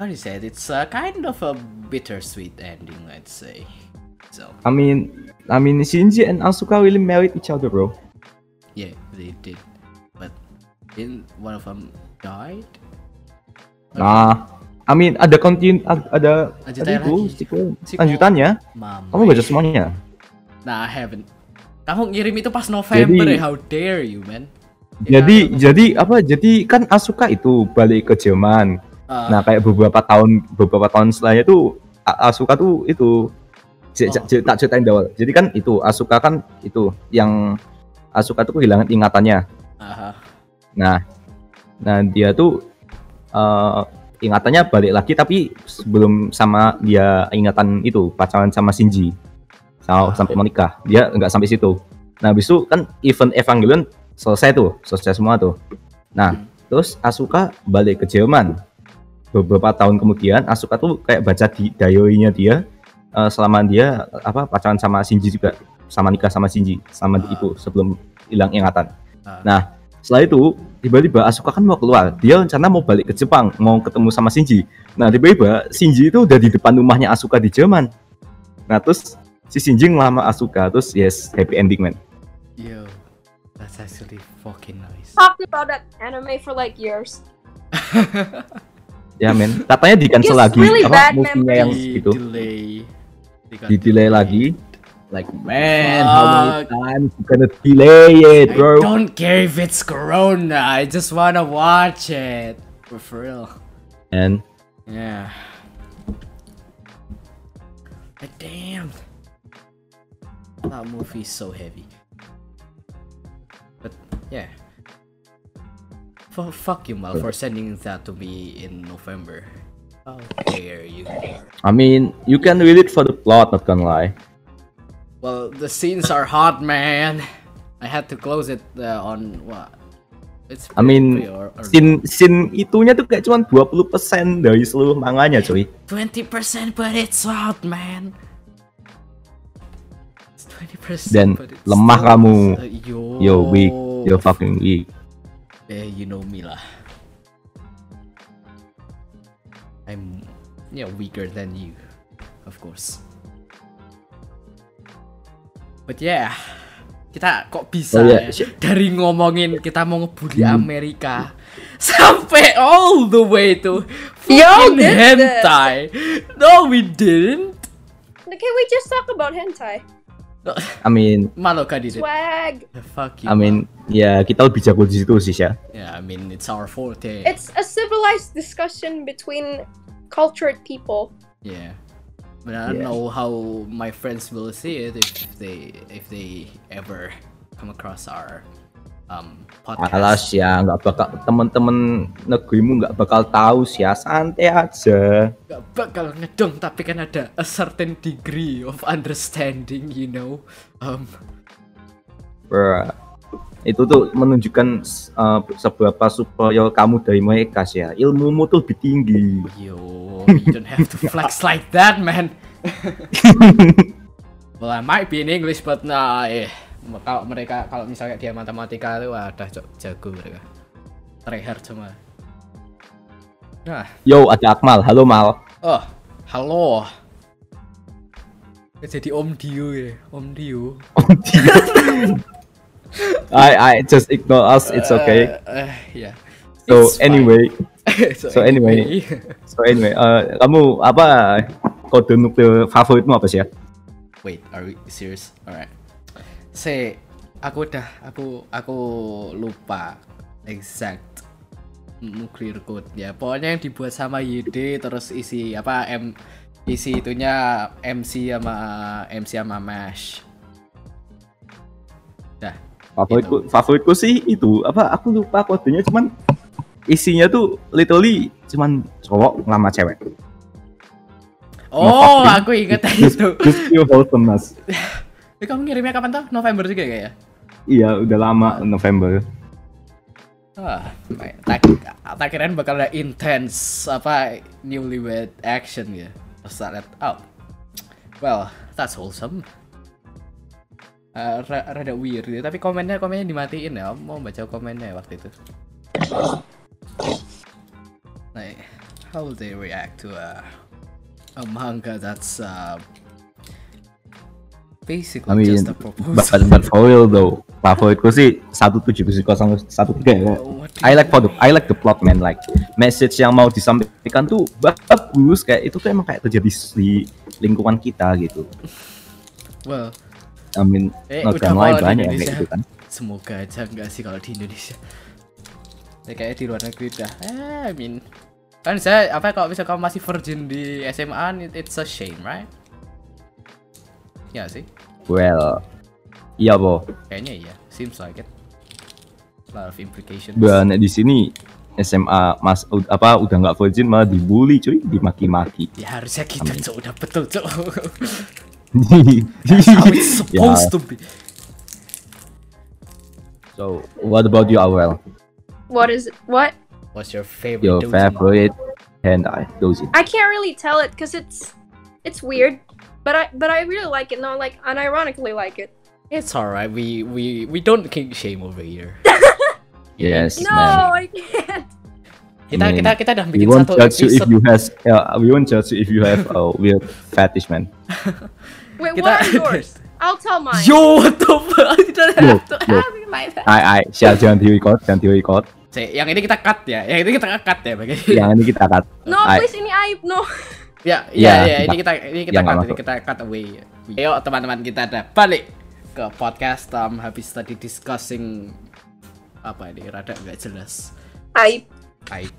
[SPEAKER 1] what you said, it's uh, kind of a bittersweet ending, I'd say. So,
[SPEAKER 2] I mean, I mean, Shinji and Asuka really married each other, bro.
[SPEAKER 1] yeah, they did. But didn't one of them died?
[SPEAKER 2] Nah, I mean ada kontin ad- ada
[SPEAKER 1] Lanjutan
[SPEAKER 2] ada itu
[SPEAKER 1] lagi.
[SPEAKER 2] sequel.
[SPEAKER 1] Sequel.
[SPEAKER 2] lanjutannya.
[SPEAKER 1] Mom.
[SPEAKER 2] Kamu baca semuanya?
[SPEAKER 1] Nah, I haven't. Kamu ngirim itu pas November,
[SPEAKER 2] Jadi-
[SPEAKER 1] eh, how dare you, man. Ya,
[SPEAKER 2] Jadi
[SPEAKER 1] kamu-
[SPEAKER 2] jadi apa? Jadi kan Asuka itu balik ke Jerman.
[SPEAKER 1] Ah,
[SPEAKER 2] Nah kayak beberapa tahun beberapa tahun setelahnya tuh A- Asuka tuh itu C-
[SPEAKER 1] Oh.
[SPEAKER 2] c- tak ceritain di awal. Jadi kan itu Asuka kan itu yang Asuka tuh kehilangan ingatannya.
[SPEAKER 1] aha.
[SPEAKER 2] Nah, nah dia tuh eh, ingatannya balik lagi tapi sebelum sama dia ingatan itu pacaran sama Shinji sama sampai menikah dia nggak sampai situ. Nah habis itu kan event Evangelion selesai tuh selesai semua tuh. Nah terus Asuka balik ke Jerman beberapa tahun kemudian Asuka tuh kayak baca di diary-nya dia eh, selama dia eh, apa pacaran sama Shinji juga sama nikah sama Shinji sama
[SPEAKER 1] Ah.
[SPEAKER 2] itu sebelum hilang ingatan.
[SPEAKER 1] Ah.
[SPEAKER 2] Nah setelah itu tiba-tiba Asuka kan mau keluar dia rencana mau balik ke Jepang mau ketemu sama Shinji nah tiba-tiba Shinji itu udah di depan rumahnya Asuka di Jerman nah terus si Shinji ngelamar Asuka terus yes happy ending man
[SPEAKER 1] Yo, that's actually fucking nice.
[SPEAKER 2] Ah,
[SPEAKER 3] Talked about that anime for like years.
[SPEAKER 2] ya men katanya di cancel
[SPEAKER 3] Yes,
[SPEAKER 2] lagi
[SPEAKER 3] really bad
[SPEAKER 2] movie-nya yang
[SPEAKER 1] Di
[SPEAKER 2] gitu
[SPEAKER 1] delay. They got
[SPEAKER 2] di delay
[SPEAKER 1] delayed.
[SPEAKER 2] lagi like man how many times you gonna delay it
[SPEAKER 1] I
[SPEAKER 2] bro
[SPEAKER 1] don't care if it's Corona. I just wanna watch it. For for real.
[SPEAKER 2] and
[SPEAKER 1] Yeah. But damn. that movie is so heavy. But yeah. F- fuck you, Mal, for sending that to me in November. How dare you?
[SPEAKER 2] I mean, you can read it for the plot, not gonna lie.
[SPEAKER 1] Well, the scenes are hot, man. I had to close it uh, on what? It's
[SPEAKER 2] I mean,
[SPEAKER 1] pre- or, or
[SPEAKER 2] Scene, scene itunya tuh kayak cuman 20% dari seluruh manganya, cuy.
[SPEAKER 1] 20%, but it's hot, man. It's 20%.
[SPEAKER 2] Dan
[SPEAKER 1] but it's
[SPEAKER 2] lemah
[SPEAKER 1] still-
[SPEAKER 2] kamu.
[SPEAKER 1] Uh, yo.
[SPEAKER 2] Yo, weak. Yo, fucking weak.
[SPEAKER 1] Eh, you know me lah. I'm yeah weaker than you, of course. But yeah, kita kok bisa
[SPEAKER 2] Oh, yeah. Hmm.
[SPEAKER 1] ya, dari ngomongin kita mau ngebully Amerika sampai all the way to
[SPEAKER 3] Y'all
[SPEAKER 1] fucking
[SPEAKER 3] did this.
[SPEAKER 1] hentai. No, we didn't.
[SPEAKER 3] Can we just talk about hentai?
[SPEAKER 2] I mean,
[SPEAKER 1] Maloka did it.
[SPEAKER 3] Swag.
[SPEAKER 1] Fuck you.
[SPEAKER 2] I mean, ya kita lebih jago di situ sih, ya.
[SPEAKER 1] Mal. yeah, I mean it's our forte.
[SPEAKER 3] It's a civilized discussion between cultured people.
[SPEAKER 1] Yeah. But I don't
[SPEAKER 2] Yeah.
[SPEAKER 1] know how my friends will see it if they if they ever come across our um podcast.
[SPEAKER 2] Alas ya, nggak bakal temen-temen negerimu nggak bakal tahu sih ya. Santai aja.
[SPEAKER 1] Gak bakal ngedong tapi kan ada a certain degree of understanding, you know. Um
[SPEAKER 2] Bruh. Itu tuh menunjukkan uh, seberapa superior kamu dari mereka sih ya. Ilmumu tuh lebih tinggi.
[SPEAKER 1] yo, you don't have to flex like that, man. well, I might be in English but nah eh kalau mereka kalau misalnya dia matematika itu ada jago mereka. Terakhir cuma. Nah,
[SPEAKER 2] Yo, ada Akmal. Halo Mal.
[SPEAKER 1] Oh, halo. Jadi Om Dio ya, Om Dio.
[SPEAKER 2] I I just ignore us. It's okay.
[SPEAKER 1] Eh, eh, ya.
[SPEAKER 2] So
[SPEAKER 1] It's fine.
[SPEAKER 2] anyway,
[SPEAKER 1] so,
[SPEAKER 2] so anyway. so anyway, uh, kamu apa kode nuklir favoritmu apa sih ya?
[SPEAKER 1] Wait, are we serious? Alright. Se, aku udah, aku, aku lupa exact nuklir code ya. Pokoknya yang dibuat sama YD terus isi apa M isi itunya MC sama MC sama Mash. Dah, Itu.
[SPEAKER 2] Favoritku, favoritku sih itu apa? Aku lupa kodenya cuman isinya tuh literally cuman cowok lama cewek.
[SPEAKER 1] Oh,
[SPEAKER 2] Ngepak,
[SPEAKER 1] aku inget itu.
[SPEAKER 2] Just pure wholesomeness.
[SPEAKER 1] Eh, kamu ngirimnya kapan tuh? November juga ya, kayaknya.
[SPEAKER 2] Iya, udah lama November.
[SPEAKER 1] Ah, tak tak kirain bakal ada intense apa newlywed action ya. Terus tak liat, oh, well, that's wholesome. Eh, ra- rada weird ya, tapi komennya komennya dimatiin ya. Mau baca komennya ya waktu itu. Like, how will they react to a, a manga that's uh, basically
[SPEAKER 2] I mean,
[SPEAKER 1] just a proposal?
[SPEAKER 2] But but for real though, favoritku sih 177013 ya.
[SPEAKER 1] What do
[SPEAKER 2] I like for the I like the plot man like message yang mau disampaikan tuh bagus kayak itu tuh emang kayak terjadi di lingkungan kita gitu.
[SPEAKER 1] Well,
[SPEAKER 2] I mean,
[SPEAKER 1] Eh,
[SPEAKER 2] not
[SPEAKER 1] udah
[SPEAKER 2] gonna lie,
[SPEAKER 1] kalau di
[SPEAKER 2] banyak yang
[SPEAKER 1] Indonesia.
[SPEAKER 2] kayak gitu kan.
[SPEAKER 1] semoga aja enggak sih kalau di Indonesia. Ya, kayak di luar negeri dah. Eh, I mean, kan saya apa kalau bisa kamu masih virgin di SMA, it- it's a shame, right? Ya sih,
[SPEAKER 2] Well, iya boh,
[SPEAKER 1] kayaknya iya. Seems like it. Lot of implications.
[SPEAKER 2] dan di sini SMA mas ud- apa udah nggak virgin malah dibully cuy, dimaki-maki.
[SPEAKER 1] Ya harusnya gitu,
[SPEAKER 2] Amin.
[SPEAKER 1] Cuk. Udah betul, Cuk. That's how it's
[SPEAKER 2] ya,
[SPEAKER 1] supposed to be.
[SPEAKER 2] so what about you Awel?
[SPEAKER 3] What is what?
[SPEAKER 1] What's your favorite
[SPEAKER 2] Your
[SPEAKER 1] dojima?
[SPEAKER 2] favorite hentai doujin?
[SPEAKER 3] I can't really tell it because it's it's weird, but I but I really like it. No, like unironically like it.
[SPEAKER 1] It's alright. We we we don't kink shame over here.
[SPEAKER 2] Yes,
[SPEAKER 3] No,
[SPEAKER 2] man.
[SPEAKER 3] I can't.
[SPEAKER 1] Kita
[SPEAKER 2] I mean,
[SPEAKER 1] kita kita udah
[SPEAKER 2] We
[SPEAKER 1] bikin
[SPEAKER 2] won't
[SPEAKER 1] satu
[SPEAKER 2] judge you if
[SPEAKER 1] episode
[SPEAKER 2] you has, uh, we won't judge you if you have a weird fetish, man.
[SPEAKER 3] Wait,
[SPEAKER 1] Get out
[SPEAKER 3] what are
[SPEAKER 1] of
[SPEAKER 3] yours? I'll tell mine.
[SPEAKER 1] Yo, what the fuck? You don't
[SPEAKER 2] Look,
[SPEAKER 1] have to-
[SPEAKER 2] look,
[SPEAKER 3] I'll be my bad.
[SPEAKER 2] I, I, share jangan di record, jangan di record.
[SPEAKER 1] Sih, yang ini kita cut ya. Yang ini kita cut ya, bagi.
[SPEAKER 2] Yang ini kita cut.
[SPEAKER 3] No,
[SPEAKER 2] I-
[SPEAKER 3] please, ini aib. No.
[SPEAKER 1] Ya,
[SPEAKER 2] Ya,
[SPEAKER 1] ya, ya, ini
[SPEAKER 2] nggak-
[SPEAKER 1] kita ini kita
[SPEAKER 2] ya,
[SPEAKER 1] cut,
[SPEAKER 2] nggak
[SPEAKER 1] ini
[SPEAKER 2] masuk.
[SPEAKER 1] kita cut away. Ayo teman-teman kita ada balik ke podcast um, habis tadi discussing apa ini rada nggak jelas.
[SPEAKER 3] Aib.
[SPEAKER 1] Aib.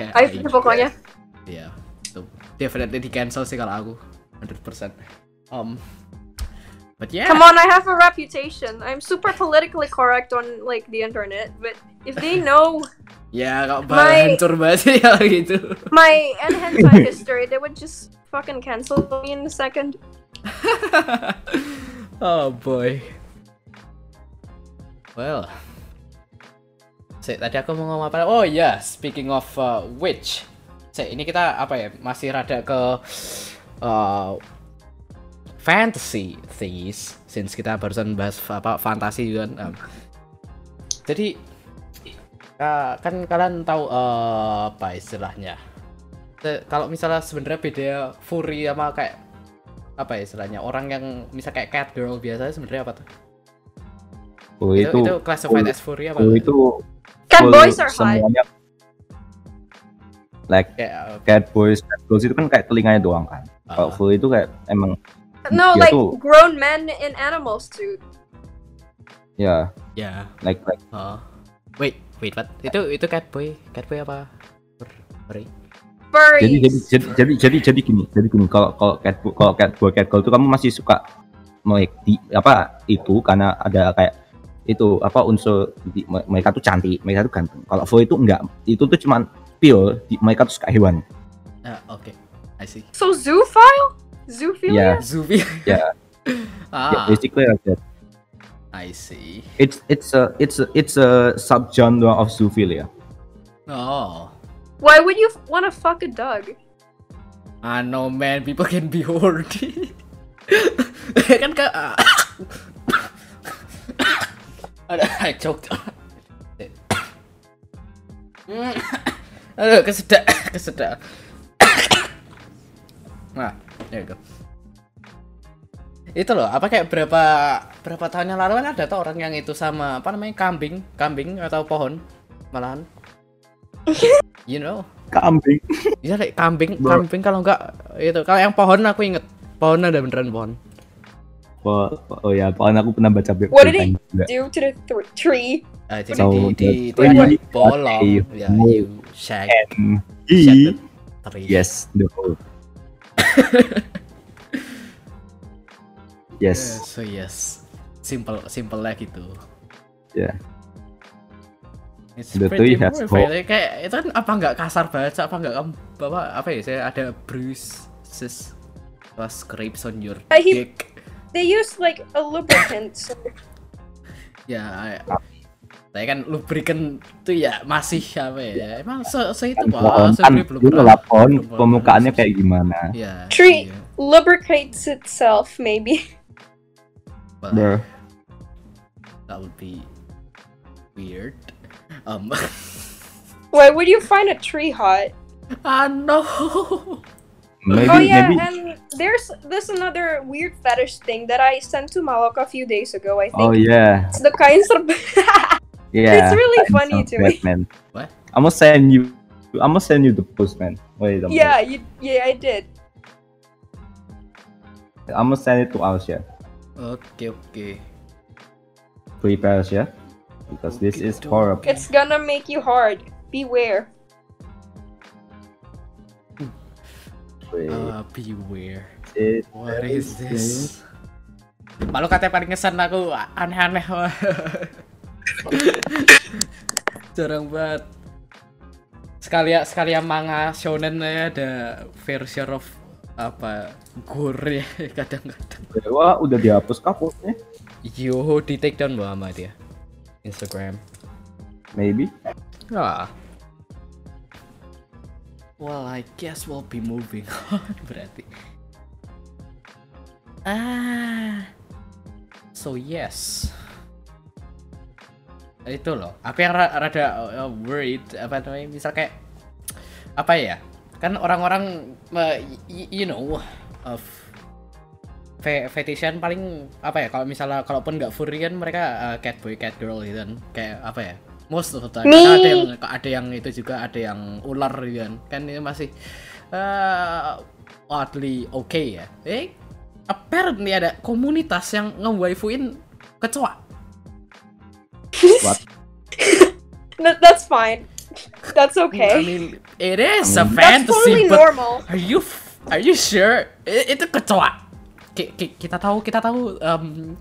[SPEAKER 1] Ya,
[SPEAKER 3] Aib pokoknya.
[SPEAKER 1] Ya, itu definitely di cancel sih kalau aku 100%. Um, But yeah.
[SPEAKER 3] Come on, I have a reputation. I'm super politically correct on like the internet, but if they know
[SPEAKER 1] Ya kok
[SPEAKER 3] My-
[SPEAKER 1] bakal hancur banget sih kalau gitu.
[SPEAKER 3] my hentai history, they would just fucking cancel me in a second.
[SPEAKER 1] oh boy. Well. Sik, tadi aku mau ngomong apa? Oh ya, speaking of uh, which. Sik, ini kita apa ya? Masih rada ke uh, fantasy things since kita barusan bahas apa fantasi juga. kan. Um, jadi uh, kan kalian tahu uh, apa istilahnya? Se- Kalau misalnya sebenarnya beda Fury sama kayak apa ya istilahnya orang yang misal kayak cat girl biasanya sebenarnya apa tuh?
[SPEAKER 2] Oh,
[SPEAKER 1] Itu,
[SPEAKER 2] itu,
[SPEAKER 1] itu classified
[SPEAKER 2] full-
[SPEAKER 1] as Fury apa?
[SPEAKER 2] oh, itu
[SPEAKER 3] Cat
[SPEAKER 2] full
[SPEAKER 3] boys are hot.
[SPEAKER 2] semuanya like
[SPEAKER 1] Kayak,
[SPEAKER 2] cat boys, cat girls itu kan kayak telinganya doang kan.
[SPEAKER 1] uh,
[SPEAKER 2] Kalau full itu kayak emang
[SPEAKER 3] No,
[SPEAKER 2] dia
[SPEAKER 3] like
[SPEAKER 2] tuh-
[SPEAKER 3] grown men in animal suit.
[SPEAKER 2] ya
[SPEAKER 1] ya.
[SPEAKER 2] like like
[SPEAKER 1] uh. wait, wait, what? Itu itu cat boy, cat boy apa? Fury.
[SPEAKER 2] jadi jadi
[SPEAKER 3] Furries.
[SPEAKER 2] jadi jadi jadi, jadi gini jadi gini kalau kalau cat bo- kalau cat boy cat girl itu kamu masih suka melek di apa itu karena ada kayak itu apa unsur di, me- mereka tuh cantik mereka tuh ganteng kalau full itu enggak itu tuh cuman pure di, mereka tuh suka hewan
[SPEAKER 1] Ah, oke. I see.
[SPEAKER 3] So zoophile? Zoophilia?
[SPEAKER 2] ya
[SPEAKER 1] Zubi.
[SPEAKER 2] Ya. ya,
[SPEAKER 1] ah,
[SPEAKER 2] basically like that.
[SPEAKER 1] I see.
[SPEAKER 2] it's it's a it's a, it's a subgenre of zoophilia
[SPEAKER 1] Oh.
[SPEAKER 3] Why would you want to fuck a dog?
[SPEAKER 1] I know Ah, man, people can be horny. kan ke Aduh, I choked. Hmm. Aduh, kesedak, kesedak. nah, there you go. Itu loh, apa kayak berapa berapa tahun yang lalu kan ada tuh orang yang itu sama apa namanya kambing, kambing atau pohon malahan. You know.
[SPEAKER 2] kambing
[SPEAKER 1] Iya like kambing,
[SPEAKER 2] Bro.
[SPEAKER 1] kambing kalau enggak itu kalau yang pohon aku inget pohon ada beneran pohon.
[SPEAKER 2] oh, oh ya pohon aku pernah baca buku
[SPEAKER 3] What did he do to the th- tree?
[SPEAKER 1] Eh, jadi
[SPEAKER 2] So,
[SPEAKER 1] di di, di
[SPEAKER 2] that's
[SPEAKER 1] ada
[SPEAKER 2] when you-
[SPEAKER 1] bolong
[SPEAKER 2] you
[SPEAKER 1] ya
[SPEAKER 2] move
[SPEAKER 1] you shag
[SPEAKER 2] he
[SPEAKER 1] shag the tree.
[SPEAKER 2] yes the whole
[SPEAKER 1] Eh,
[SPEAKER 2] yes
[SPEAKER 1] so yes simple simple lah gitu.
[SPEAKER 2] Yeah.
[SPEAKER 1] It's
[SPEAKER 2] The
[SPEAKER 1] pretty
[SPEAKER 2] tree has
[SPEAKER 1] horrifying. Kayak itu kan apa enggak kasar banget apa enggak kamu apa apa ya saya ada bruises apa scrapes on your
[SPEAKER 3] Eh, he-
[SPEAKER 1] dick.
[SPEAKER 3] They used like a lubricant. So
[SPEAKER 1] Ya, saya kan lubrikan tuh ya masih apa ya emang se, se itu
[SPEAKER 2] kan
[SPEAKER 1] pak,
[SPEAKER 2] pohon
[SPEAKER 1] se
[SPEAKER 2] kan
[SPEAKER 1] belum
[SPEAKER 2] lu
[SPEAKER 1] pernah.
[SPEAKER 2] ngelap pohon
[SPEAKER 1] belum pernah.
[SPEAKER 2] pemukaannya kayak gimana
[SPEAKER 1] Ya.
[SPEAKER 3] Tree.
[SPEAKER 1] iya,
[SPEAKER 3] lubricates itself, maybe.
[SPEAKER 1] Pak.
[SPEAKER 2] bro
[SPEAKER 1] That would be weird. Um,
[SPEAKER 3] Why would you find a tree hot?
[SPEAKER 1] ah no.
[SPEAKER 2] maybe
[SPEAKER 3] oh yeah,
[SPEAKER 2] maybe
[SPEAKER 3] and there's this another weird fetish thing that I sent to Malok a few days ago. I think
[SPEAKER 2] oh yeah
[SPEAKER 3] it's the kinds of
[SPEAKER 2] yeah
[SPEAKER 3] It's really
[SPEAKER 2] I'm
[SPEAKER 3] funny
[SPEAKER 2] so
[SPEAKER 3] to
[SPEAKER 2] glad,
[SPEAKER 3] me.
[SPEAKER 2] man
[SPEAKER 1] What?
[SPEAKER 2] I'm gonna send you I'm gonna send you the post man wait a minute.
[SPEAKER 3] yeah, you, yeah, I did.
[SPEAKER 2] I'm gonna send it to Alsha
[SPEAKER 1] Oke oke.
[SPEAKER 2] prepare Alsha because this is
[SPEAKER 1] Okie doke.
[SPEAKER 2] horrible
[SPEAKER 3] It's gonna make you hard. Beware.
[SPEAKER 1] Ah, beware.
[SPEAKER 2] It
[SPEAKER 1] What is this? Malu katanya paling ngesan aku aneh-aneh. Jarang banget. Sekali sekali yang manga shonen aja ada fair share of apa gore ya, kadang-kadang.
[SPEAKER 2] Wah, udah dihapus kapusnya
[SPEAKER 1] Yo di take down Mbak sama dia. Instagram.
[SPEAKER 2] maybe
[SPEAKER 1] Ah. Well, I guess we'll be moving on berarti. Ah. So yes. Itu loh. Aku yang ra- rada uh, worried apa namanya? Misal kayak apa ya? Kan orang-orang uh, y- y- you know of fe- fetishan paling apa ya kalau misalnya kalaupun nggak furry kan mereka uh, cat boy cat girl gitu kan kayak apa ya most of the time Karena ada yang ada yang itu juga ada yang ular gitu kan kan ini masih uh, oddly oke ya eh apparently ada komunitas yang ngewaifuin kecoa
[SPEAKER 3] Th- that's fine. That's
[SPEAKER 1] I
[SPEAKER 3] okay.
[SPEAKER 1] mean, it is a
[SPEAKER 2] That's
[SPEAKER 3] That's totally
[SPEAKER 1] fantasy but
[SPEAKER 3] normal.
[SPEAKER 1] are you f- are you sure I- itu kecoa ki- ki- kita tahu kita tahu em,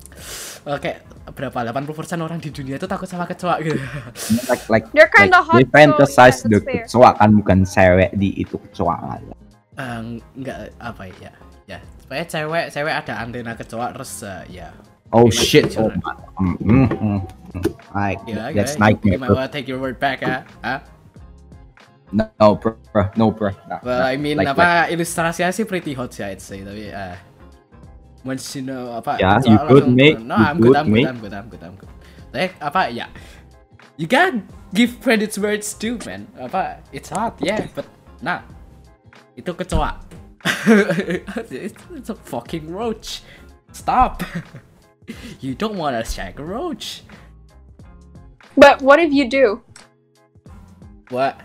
[SPEAKER 1] eh, kayak berapa 80% orang di dunia itu takut sama kecoa gitu.
[SPEAKER 2] like like
[SPEAKER 3] They're
[SPEAKER 2] like
[SPEAKER 3] kinda hot,
[SPEAKER 2] they
[SPEAKER 3] so
[SPEAKER 2] fantasize
[SPEAKER 3] yeah,
[SPEAKER 2] the
[SPEAKER 3] that's fair.
[SPEAKER 2] kecoa kan bukan cewek di itu kecoa kan.
[SPEAKER 1] Eh, nggak apa ya ya supaya cewek cewek ada antena kecoa terus eh, ya
[SPEAKER 2] Oh
[SPEAKER 1] Gimana
[SPEAKER 2] shit.
[SPEAKER 1] kecoa?
[SPEAKER 2] Oh, my- mm, mm, mm, mm. Like
[SPEAKER 1] ya
[SPEAKER 2] that's
[SPEAKER 1] ya, you
[SPEAKER 2] nightmare.
[SPEAKER 1] might wanna take your word back ah ah
[SPEAKER 2] No, no, bro, bro, no, bro. Nah,
[SPEAKER 1] Well,
[SPEAKER 2] nah,
[SPEAKER 1] I mean
[SPEAKER 2] like-
[SPEAKER 1] apa ilustrasinya sih pretty hot sih I'd say tapi eh once you know apa
[SPEAKER 2] Yeah,
[SPEAKER 1] soal
[SPEAKER 2] Ya, you good,
[SPEAKER 1] langsung-
[SPEAKER 2] mate.
[SPEAKER 1] no
[SPEAKER 2] You
[SPEAKER 1] I'm good
[SPEAKER 2] good,
[SPEAKER 1] I'm good
[SPEAKER 2] mate.
[SPEAKER 1] I'm good I'm good I'm good Tapi, apa ya you can give credits where it's due man apa it's hot yeah but nah itu kecoa it's, it's a fucking roach stop you don't wanna shag a roach
[SPEAKER 3] But what if you do?
[SPEAKER 1] what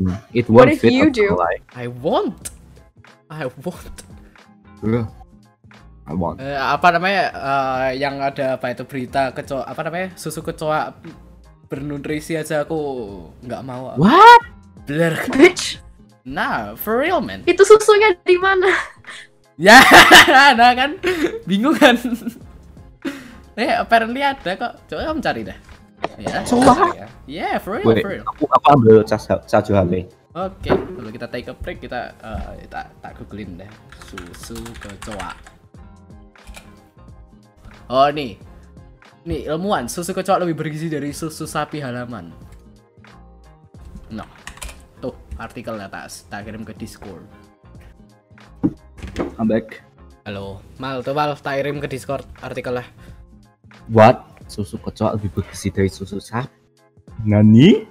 [SPEAKER 2] like, it won't
[SPEAKER 3] if
[SPEAKER 2] fit up,
[SPEAKER 3] you do?
[SPEAKER 2] Like,
[SPEAKER 1] I want I want
[SPEAKER 2] bro. I want.
[SPEAKER 1] Eh, apa namanya eh, yang ada apa itu berita kecoa apa namanya susu kecoa bernutrisi aja aku nggak mau ah.
[SPEAKER 2] What?
[SPEAKER 1] Blur.
[SPEAKER 3] Bitch,
[SPEAKER 1] nah for real man
[SPEAKER 3] itu susunya dari mana?
[SPEAKER 1] ya nah kan bingung kan eh apparently ada kok coba kamu cari dah ya coba yeah for real
[SPEAKER 2] Wait,
[SPEAKER 1] for real
[SPEAKER 2] aku aku ambil cas satu HP.
[SPEAKER 1] oke kalau kita take a break kita eh, tak tak googlein deh susu kecoa oh nih Nih, ilmuwan, susu kecoa lebih bergizi dari susu sapi halaman. No. Tuh, artikelnya tak, tak kirim ke Discord.
[SPEAKER 2] I'm back.
[SPEAKER 1] Halo, Mal, tuh Mal, tak kirim ke Discord artikelnya.
[SPEAKER 2] What? Susu kecoa lebih bergizi dari susu sapi. Nani?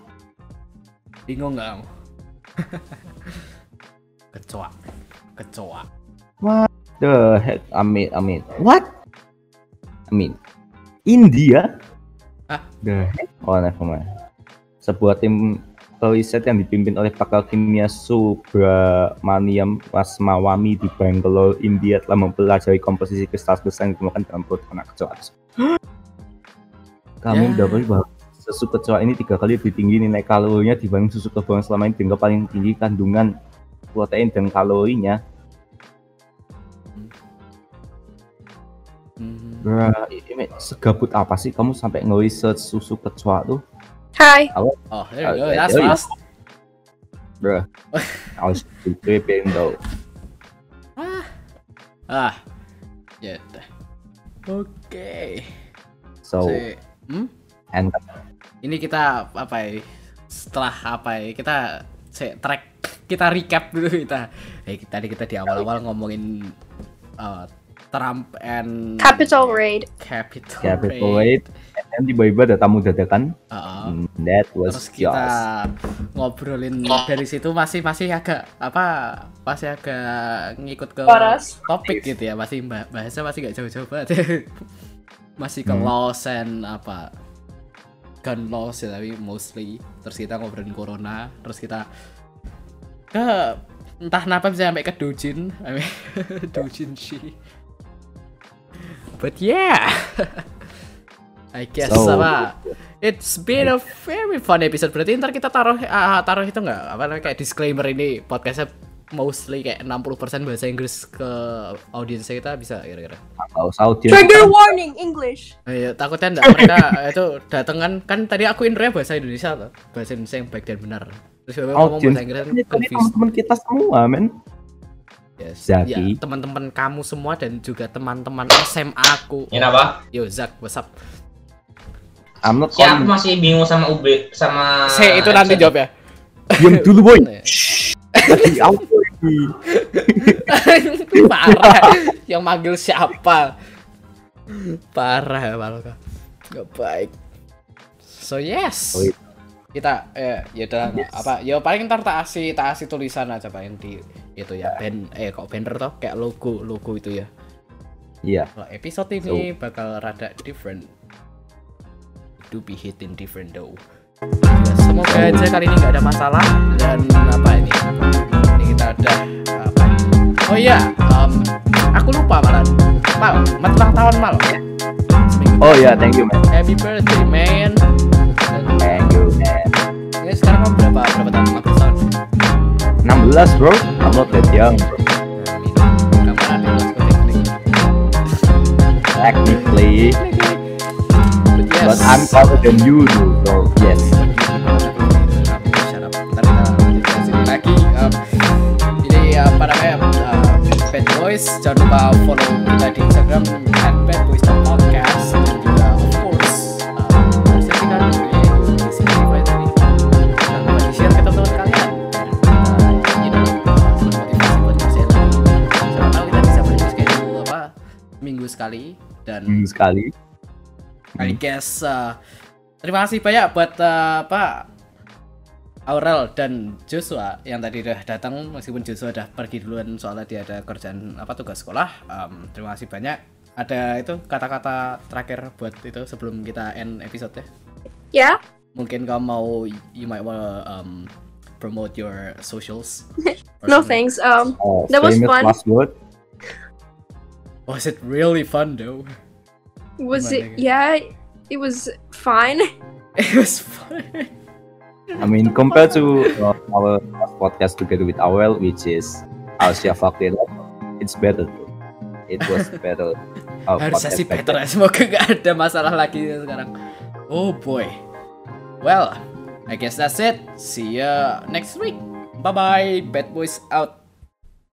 [SPEAKER 1] Bingung nggak kamu? kecoa. Kecoa.
[SPEAKER 2] What the heck? I mean, I mean, what? I mean, India?
[SPEAKER 1] Ah.
[SPEAKER 2] The heck? Oh, never mind. Sebuah tim riset yang dipimpin oleh pakar kimia Subramaniam Wasmawami di Bangalore, India telah mempelajari komposisi kristal-kristal yang ditemukan dalam perut anak kecoa. Kami
[SPEAKER 1] Ya.
[SPEAKER 2] mendapati bahwa susu kecoa ini tiga kali lebih tinggi nilai kalorinya dibanding susu kerbau yang selama ini dianggap paling tinggi kandungan protein dan kalorinya.
[SPEAKER 1] Hmm.
[SPEAKER 2] Bruh, ini segabut apa sih kamu sampai nge-research susu kecoa tuh?
[SPEAKER 3] Hi.
[SPEAKER 1] Oh, there you go,
[SPEAKER 2] Oh,
[SPEAKER 1] that's
[SPEAKER 2] there you
[SPEAKER 1] fast.
[SPEAKER 2] Bruh, I was tripping though.
[SPEAKER 1] Ah. Ah. Ya udah. Oke.
[SPEAKER 2] So,
[SPEAKER 1] Si- Hmm?
[SPEAKER 2] and
[SPEAKER 1] ini kita apa ya setelah apa ya kita se- track kita recap dulu kita Eh, tadi kita di awal-awal ngomongin uh, Trump and
[SPEAKER 3] Capital raid.
[SPEAKER 1] capital,
[SPEAKER 2] capital
[SPEAKER 1] rate.
[SPEAKER 2] rate, and then tiba-tiba ada tamu dadakan.
[SPEAKER 1] Uh-uh.
[SPEAKER 2] And That was
[SPEAKER 1] terus kita
[SPEAKER 2] chaos.
[SPEAKER 1] ngobrolin dari situ masih masih agak apa masih agak ngikut ke
[SPEAKER 3] Paras.
[SPEAKER 1] topik gitu ya masih bah- bahasa masih nggak jauh-jauh banget masih ke
[SPEAKER 2] Hmm.
[SPEAKER 1] laws and apa gun laws ya tapi mostly terus kita ngobrolin corona terus kita ke entah kenapa bisa sampai ke dojin I mean, dojin sih but yeah I guess
[SPEAKER 2] So-
[SPEAKER 1] apa It's been a very fun episode. Berarti ntar kita taruh ah, taruh itu nggak apa namanya kayak disclaimer ini podcastnya mostly kayak 60% bahasa Inggris ke audiensnya kita bisa kira-kira.
[SPEAKER 2] Kalau Saudi
[SPEAKER 3] Trigger warning, English.
[SPEAKER 1] Ayo, takutnya enggak mereka itu dateng kan kan tadi aku intro bahasa Indonesia loh. Bahasa Indonesia yang baik dan benar. Terus tiba-tiba ngomong
[SPEAKER 2] audience
[SPEAKER 1] bahasa Inggris kan
[SPEAKER 2] ini tadi
[SPEAKER 1] confused.
[SPEAKER 2] teman-teman kita semua, men.
[SPEAKER 1] Yes.
[SPEAKER 2] Zaki.
[SPEAKER 1] Ya, teman-teman kamu semua dan juga teman-teman SMA aku.
[SPEAKER 5] Ini apa?
[SPEAKER 1] Yo, Zak, what's up?
[SPEAKER 2] I'm
[SPEAKER 1] Ya,
[SPEAKER 2] not
[SPEAKER 5] Si aku
[SPEAKER 2] calling.
[SPEAKER 5] masih bingung sama UB sama
[SPEAKER 1] Saya itu nanti jawab ya.
[SPEAKER 2] Diam dulu, boy.
[SPEAKER 1] Iya.
[SPEAKER 2] Shh. Lagi audio ini.
[SPEAKER 1] parah yang manggil siapa parah ya Malka nggak baik so yes
[SPEAKER 2] Oh, iya.
[SPEAKER 1] kita eh, ya udah apa ya paling ntar tak kasih tak kasih tulisan aja paling di itu ya ben eh kok banner toh kayak logo logo itu ya
[SPEAKER 2] Iya,
[SPEAKER 1] kalau episode ini bakal rada different do be hitting different though Ya, semoga aja kali ini nggak ada masalah dan apa ini ini kita udah apa ini? oh iya em, aku lupa malah mal mat ulang tahun mal Seminggu.
[SPEAKER 2] Oh ya, thank you, man.
[SPEAKER 1] happy birthday man dan
[SPEAKER 2] Thank you, man.
[SPEAKER 1] ya, sekarang kamu berapa berapa tahun 15 tahun
[SPEAKER 2] 16, bro. I'm not that young, bro.
[SPEAKER 1] Amin. Mudah-mudahan lulus ke teknik.
[SPEAKER 2] technically, but I'm taller than you do. So yes.
[SPEAKER 1] Shut up. Ntar kita lanjutkan sini lagi. Um, ini apa namanya? uh, Bad Boys. Jangan lupa follow kita di Instagram at Bad Boys Podcast dan juga of course um, harusnya kita punya di Spotify tadi. Jangan lupa di share ke teman-teman kalian. Dan, uh, you know, uh, motivasi buat kalian. Siapa tahu kita bisa balik schedule apa minggu sekali dan
[SPEAKER 2] Hmm, sekali.
[SPEAKER 1] I guess uh, terima kasih banyak buat uh, Pak Aurel dan Joshua yang tadi udah datang meskipun Joshua udah pergi duluan soalnya dia ada kerjaan apa tugas sekolah. Um, terima kasih banyak. Ada itu kata-kata terakhir buat itu sebelum kita end episode ya.
[SPEAKER 3] Yeah?
[SPEAKER 1] Mungkin kamu mau you might wanna um, promote your socials. or
[SPEAKER 3] No
[SPEAKER 1] something.
[SPEAKER 3] thanks. Um,
[SPEAKER 2] Oh,
[SPEAKER 3] That was
[SPEAKER 2] famous
[SPEAKER 3] fun.
[SPEAKER 2] last word.
[SPEAKER 1] Was Oh, it really fun though?
[SPEAKER 3] was
[SPEAKER 1] Right,
[SPEAKER 3] it?
[SPEAKER 1] okay.
[SPEAKER 3] Yeah, it was fine.
[SPEAKER 1] It was fun.
[SPEAKER 2] I mean, compared to uh, our last podcast together with Awel, which is Asia Fakir, it's better. Bro. It was better. uh,
[SPEAKER 1] harusnya
[SPEAKER 2] podcast
[SPEAKER 1] sih
[SPEAKER 2] back
[SPEAKER 1] better ya semoga nggak ada masalah lagi sekarang oh boy well I guess that's it see ya next week bye bye bad boys out